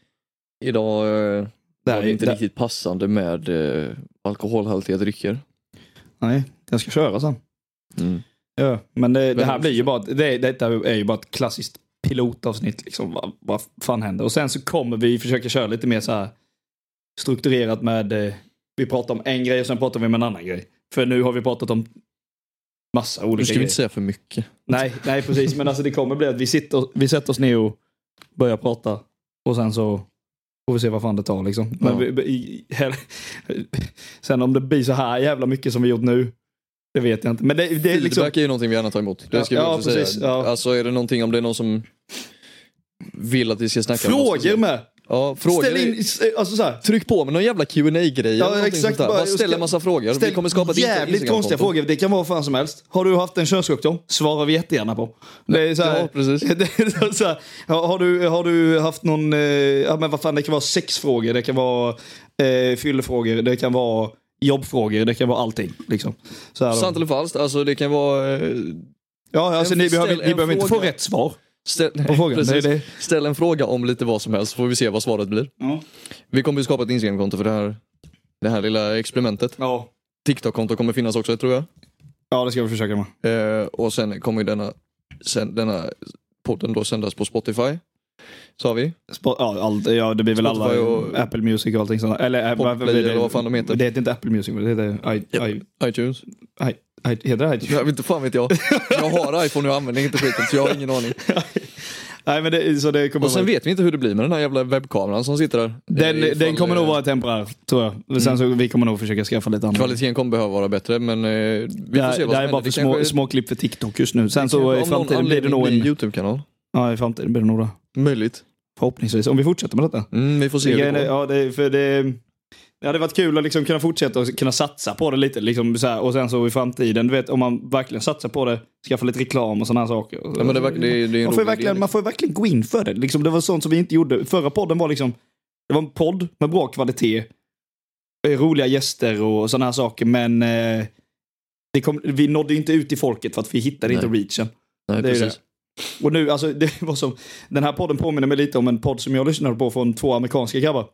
Speaker 1: Idag eh, var
Speaker 2: Där,
Speaker 1: det inte
Speaker 2: där.
Speaker 1: riktigt passande med eh, alkoholhaltiga drycker.
Speaker 2: Nej, jag ska köra sen.
Speaker 1: Mm.
Speaker 2: Ja, men det, det här
Speaker 1: Men-
Speaker 2: blir ju bara, det, detta är ju bara ett klassiskt pilotavsnitt. Liksom. Vad, vad fan händer? Och sen så kommer vi försöka köra lite mer så här strukturerat med, eh, vi pratar om en grej och sen pratar vi om en annan grej. För nu har vi pratat om massa
Speaker 1: Nu
Speaker 2: olika
Speaker 1: ska vi
Speaker 2: grejer.
Speaker 1: inte säga för mycket.
Speaker 2: Nej, nej precis. Men alltså det kommer bli att vi, sitter, vi sätter oss ner och börjar prata. Och sen så får vi se vad fan det tar liksom. Men
Speaker 1: Ja.
Speaker 2: vi, vi- i- hell- sen om det blir så här jävla mycket som vi gjort nu. Det vet jag inte. Men det, det är liksom...
Speaker 1: Feedback är ju någonting vi gärna tar emot. Det ska
Speaker 2: Ja,
Speaker 1: vi också
Speaker 2: ja,
Speaker 1: säga.
Speaker 2: precis, ja.
Speaker 1: Alltså är det någonting om det är någon som vill att vi ska snacka om något
Speaker 2: Frågor
Speaker 1: speciellt.
Speaker 2: med!
Speaker 1: Ja, frågor.
Speaker 2: Ställ in, alltså så här.
Speaker 1: Tryck på med någon jävla qa grej
Speaker 2: Ja,
Speaker 1: eller någonting
Speaker 2: exakt,
Speaker 1: sånt där.
Speaker 2: bara-
Speaker 1: Bara ställ
Speaker 2: ska-
Speaker 1: en massa frågor.
Speaker 2: Ställ
Speaker 1: vi kommer skapa ett
Speaker 2: jävligt
Speaker 1: Instagram-konto.
Speaker 2: konstiga frågor. Det kan vara vad fan som helst. Har du haft en könssjukdom? Svarar vi jättegärna på. Det är så här,
Speaker 1: Ja, precis.
Speaker 2: *laughs* det är så här, ja, har, du, har du haft någon... eh, Ja, men vad fan, det kan vara sexfrågor, det kan vara eh, fyllefrågor, det kan vara jobbfrågor, det kan vara allting. Liksom. Så här, då.
Speaker 1: Sant eller falskt, alltså det kan vara... eh,
Speaker 2: ja, alltså,
Speaker 1: En-
Speaker 2: ni behöver,
Speaker 1: ställ
Speaker 2: ni
Speaker 1: en
Speaker 2: behöver inte få
Speaker 1: fråga.
Speaker 2: rätt svar.
Speaker 1: Ställ,
Speaker 2: På
Speaker 1: *laughs*
Speaker 2: frågan,
Speaker 1: Precis.
Speaker 2: det är det.
Speaker 1: ställ en fråga om lite vad som helst så får vi se vad svaret blir.
Speaker 2: Ja.
Speaker 1: Vi kommer ju skapa ett Instagram-konto för det här, det här lilla experimentet.
Speaker 2: Ja.
Speaker 1: TikTok-konto kommer finnas också tror jag.
Speaker 2: ja, det ska vi försöka med.
Speaker 1: Eh, och sen kommer ju denna, sen, denna podden då sändas på Spotify. Sa vi.
Speaker 2: Spo- ja, allt, ja, det blir väl alla.
Speaker 1: Spotify och-
Speaker 2: Apple Music och allting sånt. där. Eller, eh,
Speaker 1: Podplay
Speaker 2: vad- vad blir det?
Speaker 1: eller vad fan de heter.
Speaker 2: Det heter inte Apple Music, men det heter... I,
Speaker 1: Ja.
Speaker 2: I,
Speaker 1: iTunes.
Speaker 2: I, heter det iTunes?
Speaker 1: Jag vet inte fan vet jag. *laughs* Jag har iPhone och jag använder inte skiten så jag har ingen aning.
Speaker 2: Nej, men det, så det kommer
Speaker 1: Och sen
Speaker 2: vara-
Speaker 1: vet vi inte hur det blir med den här jävla webbkameran som sitter där. Eh,
Speaker 2: den,
Speaker 1: ifall,
Speaker 2: den kommer nog
Speaker 1: eh, Mm.
Speaker 2: vara temporär, tror jag. Men Sen så, vi kommer nog försöka skaffa lite annat.
Speaker 1: Kvaliteten kommer behöva vara bättre men eh, vi
Speaker 2: det
Speaker 1: får
Speaker 2: här,
Speaker 1: se
Speaker 2: det
Speaker 1: vad
Speaker 2: här
Speaker 1: som
Speaker 2: är bara
Speaker 1: händer.
Speaker 2: för
Speaker 1: Det
Speaker 2: små,
Speaker 1: kanske-
Speaker 2: små klipp för TikTok just nu. Sen så
Speaker 1: kanske
Speaker 2: i
Speaker 1: av någon
Speaker 2: framtiden blir det
Speaker 1: anledning
Speaker 2: nog en...
Speaker 1: Youtube-kanal.
Speaker 2: Ja, i framtiden blir det nog det.
Speaker 1: Möjligt.
Speaker 2: Förhoppningsvis. Om vi fortsätter med detta.
Speaker 1: Mm, vi får se hur det
Speaker 2: Grejen är-
Speaker 1: går.
Speaker 2: ja, det, för det, det hade varit kul att liksom kunna fortsätta och kunna satsa på det lite. Liksom så här, och sen så i framtiden, du vet, om man verkligen satsar på det, skaffa lite reklam och sådana här saker.
Speaker 1: Ja, men det, är verk- det, är- det är en
Speaker 2: man, får
Speaker 1: rolig idé,
Speaker 2: ju verkligen, man får ju verkligen gå in för det. Liksom, det var sånt som vi inte gjorde. Förra podden var liksom, det var en podd med bra kvalitet, eh, roliga gäster och sådana här saker, men eh, det kom, vi nådde ju inte ut till folket för att vi hittade inte
Speaker 1: Nej.
Speaker 2: reachen.
Speaker 1: Nej,
Speaker 2: det är ju
Speaker 1: precis.
Speaker 2: Och nu, alltså det var som, den här podden påminner mig lite om en podd som jag lyssnade på från två amerikanska grabbar.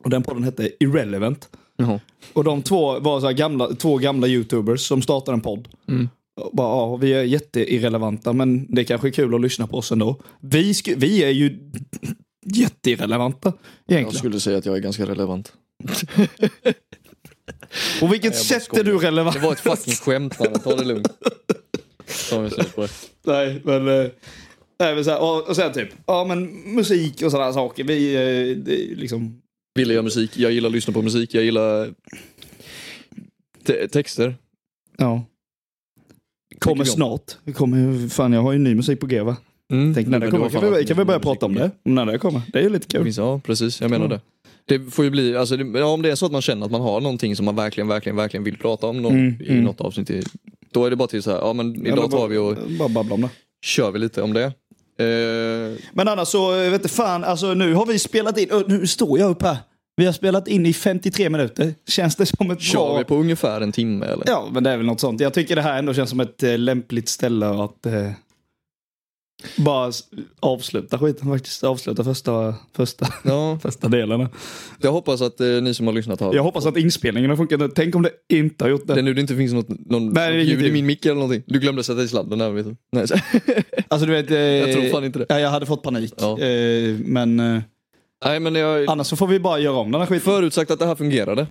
Speaker 2: Och den podden hette Irrelevant.
Speaker 1: Jaha.
Speaker 2: Och de två var så här gamla, två gamla youtubers som startade en podd.
Speaker 1: Mm.
Speaker 2: Och Bara, ja, vi är jätteirrelevanta men det är kanske är kul att lyssna på oss ändå. Vi, sku, vi är ju jätteirrelevanta
Speaker 1: Jag
Speaker 2: egentligen.
Speaker 1: skulle säga att jag är ganska relevant.
Speaker 2: På vilket
Speaker 1: Nej, jag bara
Speaker 2: sätt är du relevant?
Speaker 1: Det var ett fucking skämt mannen, ta det lugnt. Ta en slut på *laughs* det.
Speaker 2: *laughs* Nej, men... eh, Nej, men så här, och, och sen typ, ja men musik och sådana saker. Vi eh, det, är liksom...
Speaker 1: Ville jag musik, jag gillar att lyssna på musik, jag gillar te- texter.
Speaker 2: Ja.
Speaker 1: Tycker
Speaker 2: Kommer
Speaker 1: vi om.
Speaker 2: snart. Det Kommer, fan, jag har ju ny musik på G va?
Speaker 1: Mm.
Speaker 2: Tänk när
Speaker 1: Men
Speaker 2: det
Speaker 1: det
Speaker 2: kommer.
Speaker 1: var fan
Speaker 2: Kan vi,
Speaker 1: alltid
Speaker 2: kan vi börja
Speaker 1: musik
Speaker 2: prata om
Speaker 1: på G.
Speaker 2: det? Om när det kommer. Det är ju lite
Speaker 1: Det
Speaker 2: kul.
Speaker 1: finns, ja, precis, jag menar
Speaker 2: Mm.
Speaker 1: det. Det får ju bli, alltså, det, ja, om det är så att man känner att man har någonting som man verkligen, verkligen, verkligen vill prata om någon,
Speaker 2: Mm,
Speaker 1: i
Speaker 2: mm.
Speaker 1: något avsnitt. i- Då är det bara till så här, ja men
Speaker 2: Eller
Speaker 1: idag
Speaker 2: bara-
Speaker 1: tar vi och
Speaker 2: Bara babbla om det.
Speaker 1: kör vi lite om det. Eh,
Speaker 2: Men annars så, jag vet inte fan, alltså nu har vi spelat in, Ö, nu står jag upp här. Vi har spelat in i 53 minuter. Känns det som ett
Speaker 1: kör
Speaker 2: bra...
Speaker 1: vi på ungefär en timme eller?
Speaker 2: Ja, men det är väl något sånt. Jag tycker det här ändå känns som ett eh, lämpligt ställe att eh, Bara s- avsluta skiten faktiskt. Avsluta första, första, *laughs*
Speaker 1: Ja,
Speaker 2: första delen.
Speaker 1: jag hoppas att eh, ni som har lyssnat har...
Speaker 2: Jag hoppas att inspelningen har funkat. Tänk om det inte har gjort
Speaker 1: Det är
Speaker 2: det.
Speaker 1: nu det inte finns något, någon
Speaker 2: Nej, det
Speaker 1: något
Speaker 2: är
Speaker 1: ljud i
Speaker 2: ingenting.
Speaker 1: min mick eller någonting. Du glömde sätta i sladden där vet du.
Speaker 2: *laughs*
Speaker 1: Nej, så-
Speaker 2: Alltså du vet. eh,
Speaker 1: jag tror fan inte det.
Speaker 2: Ja, jag hade fått panik.
Speaker 1: Ja.
Speaker 2: Eh, Men eh,
Speaker 1: Nej men jag...
Speaker 2: annars så får vi bara göra om den här skiten.
Speaker 1: Förutsagt att det här fungerade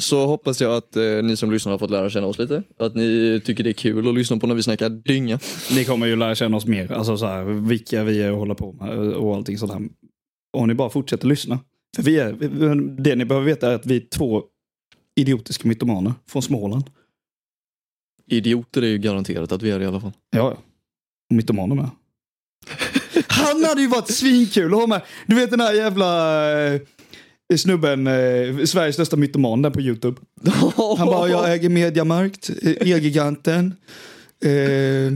Speaker 1: så hoppas jag att eh, ni som lyssnar har fått lära känna oss lite. Att ni tycker det är kul att lyssna på när vi snackar dynga.
Speaker 2: Ni kommer ju lära känna oss mer. Alltså så här, vilka vi är och håller på med och allting sånt här. Och ni bara fortsätter lyssna. För vi är, det ni behöver veta är att vi är två idiotiska mytomaner från Småland.
Speaker 1: Idioter är ju garanterat att vi är i alla fall.
Speaker 2: Ja, ja. Och
Speaker 1: *laughs*
Speaker 2: mytomaner med. Han hade ju varit svinkul att ha med. Du vet den här jävla eh, snubben, eh, Sveriges största mytoman där på YouTube. *laughs* Han bara, jag äger Mediamarkt, eh, Elgiganten. Eh,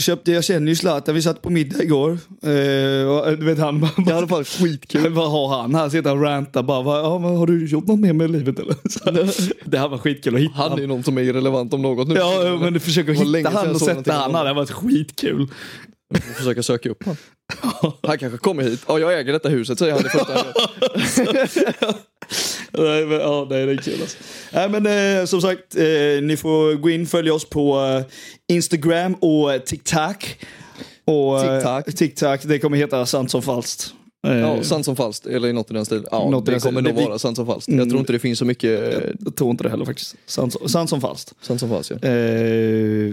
Speaker 2: köpte, jag känner ju Zlatan, vi satt på middag igår. Eh, och, du vet han bara,
Speaker 1: Det hade varit skitkul.
Speaker 2: *laughs* vad har han? Han sitter och rantar bara, "Va- ja, men har du gjort något mer med livet eller? *laughs* Så, det här var skitkul att hitta
Speaker 1: Han är ju någon som är irrelevant om något nu.
Speaker 2: Ja, men du försöker
Speaker 1: Det var länge
Speaker 2: hitta
Speaker 1: sedan jag
Speaker 2: han och
Speaker 1: såg
Speaker 2: sätta
Speaker 1: någonting
Speaker 2: han, det
Speaker 1: om
Speaker 2: hade varit skitkul.
Speaker 1: Jag får försöka söka upp
Speaker 2: *laughs*
Speaker 1: honom. Han kanske kommer hit. Ja, jag äger detta huset säger han det första
Speaker 2: *laughs*
Speaker 1: han gör.
Speaker 2: Nej, men, ja, nej, det är kul alltså. Nej, men eh, som sagt, eh, ni får gå in följa oss på eh, Instagram och eh, TikTok. Och, eh,
Speaker 1: TikTok.
Speaker 2: TikTok, det kommer heta Sant som falskt. Eh,
Speaker 1: Ja, sant som falskt. Eller något i den stilen. Ja,
Speaker 2: Något i
Speaker 1: det
Speaker 2: den
Speaker 1: kommer
Speaker 2: stilen.
Speaker 1: nog
Speaker 2: Det- vi-
Speaker 1: vara sant som falskt. Jag
Speaker 2: Mm.
Speaker 1: tror inte det finns så mycket eh,
Speaker 2: Jag tror inte det heller faktiskt. Sant, som- sant som falskt.
Speaker 1: sant som falskt. Ja.
Speaker 2: Eh,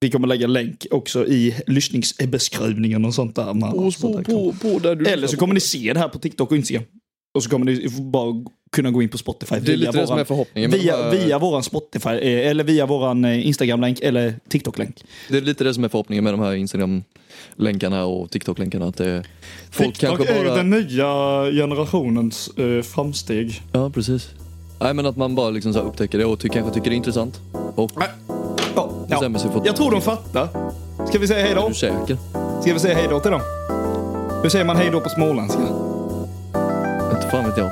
Speaker 2: vi kommer lägga länk också i lyssningsbeskrivningen och sånt där. Man,
Speaker 1: På,
Speaker 2: sånt
Speaker 1: på,
Speaker 2: där
Speaker 1: på, på där du
Speaker 2: Eller så kommer ni se det här på TikTok och Instagram. Och så kommer ni bara kunna gå in på Spotify
Speaker 1: Det är lite det som
Speaker 2: våran-
Speaker 1: är förhoppningen. med de
Speaker 2: Via,
Speaker 1: här-
Speaker 2: via våran Spotify, eh, eller via våran eh, Instagram-länk eller TikTok-länk.
Speaker 1: Det är lite det som är förhoppningen med de här Instagram-länkarna och TikTok-länkarna. Att eh, folk kanske bara...
Speaker 2: nya generationens eh, framsteg.
Speaker 1: Ja, precis. Nej, men att man bara liksom så här upptäcker det och ty- kanske tycker det är intressant. Och
Speaker 2: Ja, ja.
Speaker 1: bestämmer sig för att...
Speaker 2: Jag tror de fattar. Ska vi säga hej
Speaker 1: Är
Speaker 2: då?
Speaker 1: du säker?
Speaker 2: Ska vi säga hej då till dem? Hur säger man hej då på småländska?
Speaker 1: Inte fan vet jag.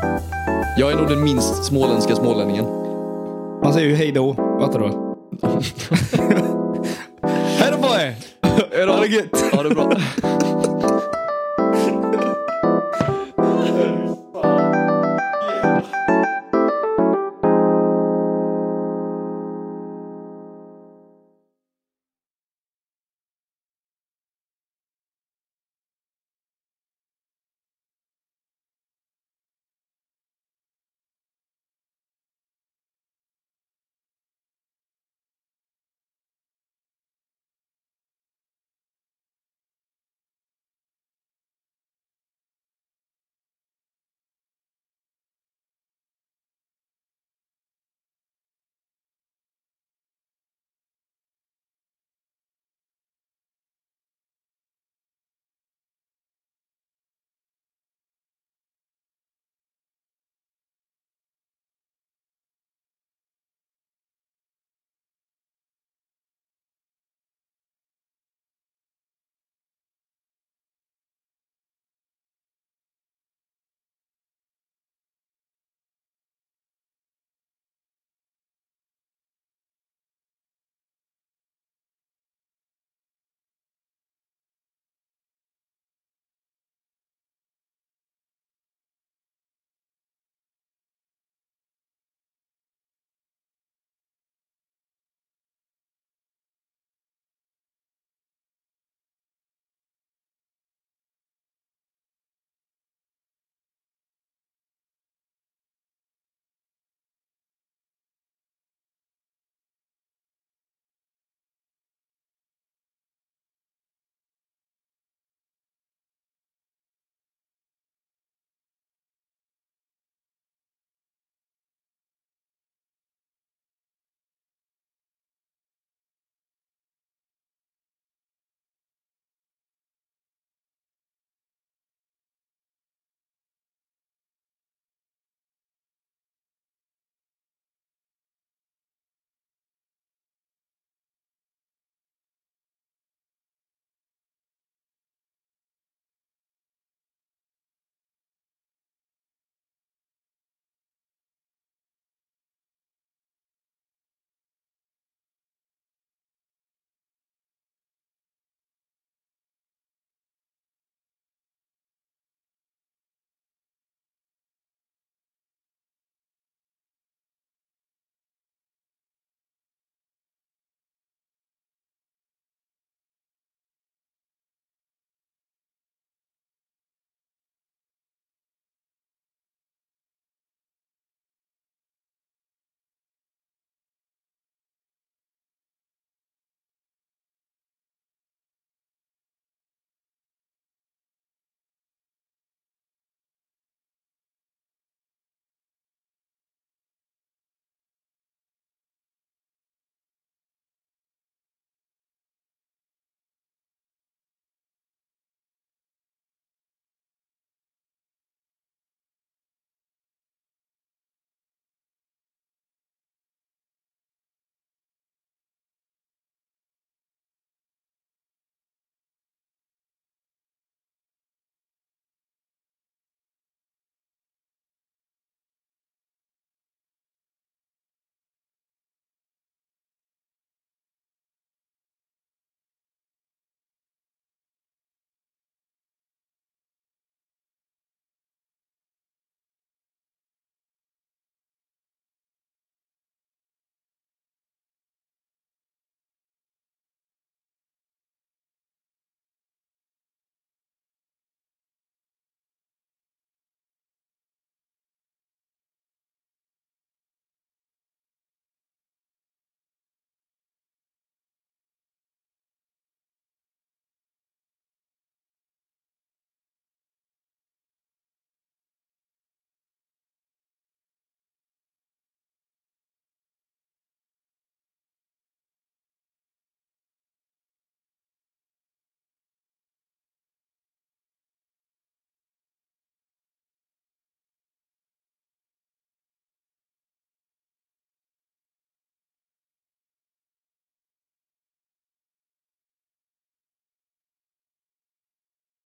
Speaker 1: Jag är nog den minst småländska smålänningen.
Speaker 2: Man säger ju hej då.
Speaker 1: *laughs*
Speaker 2: Fattar du? hej då på er!
Speaker 1: Hej då!
Speaker 2: Ha det gött!
Speaker 1: Ha det bra.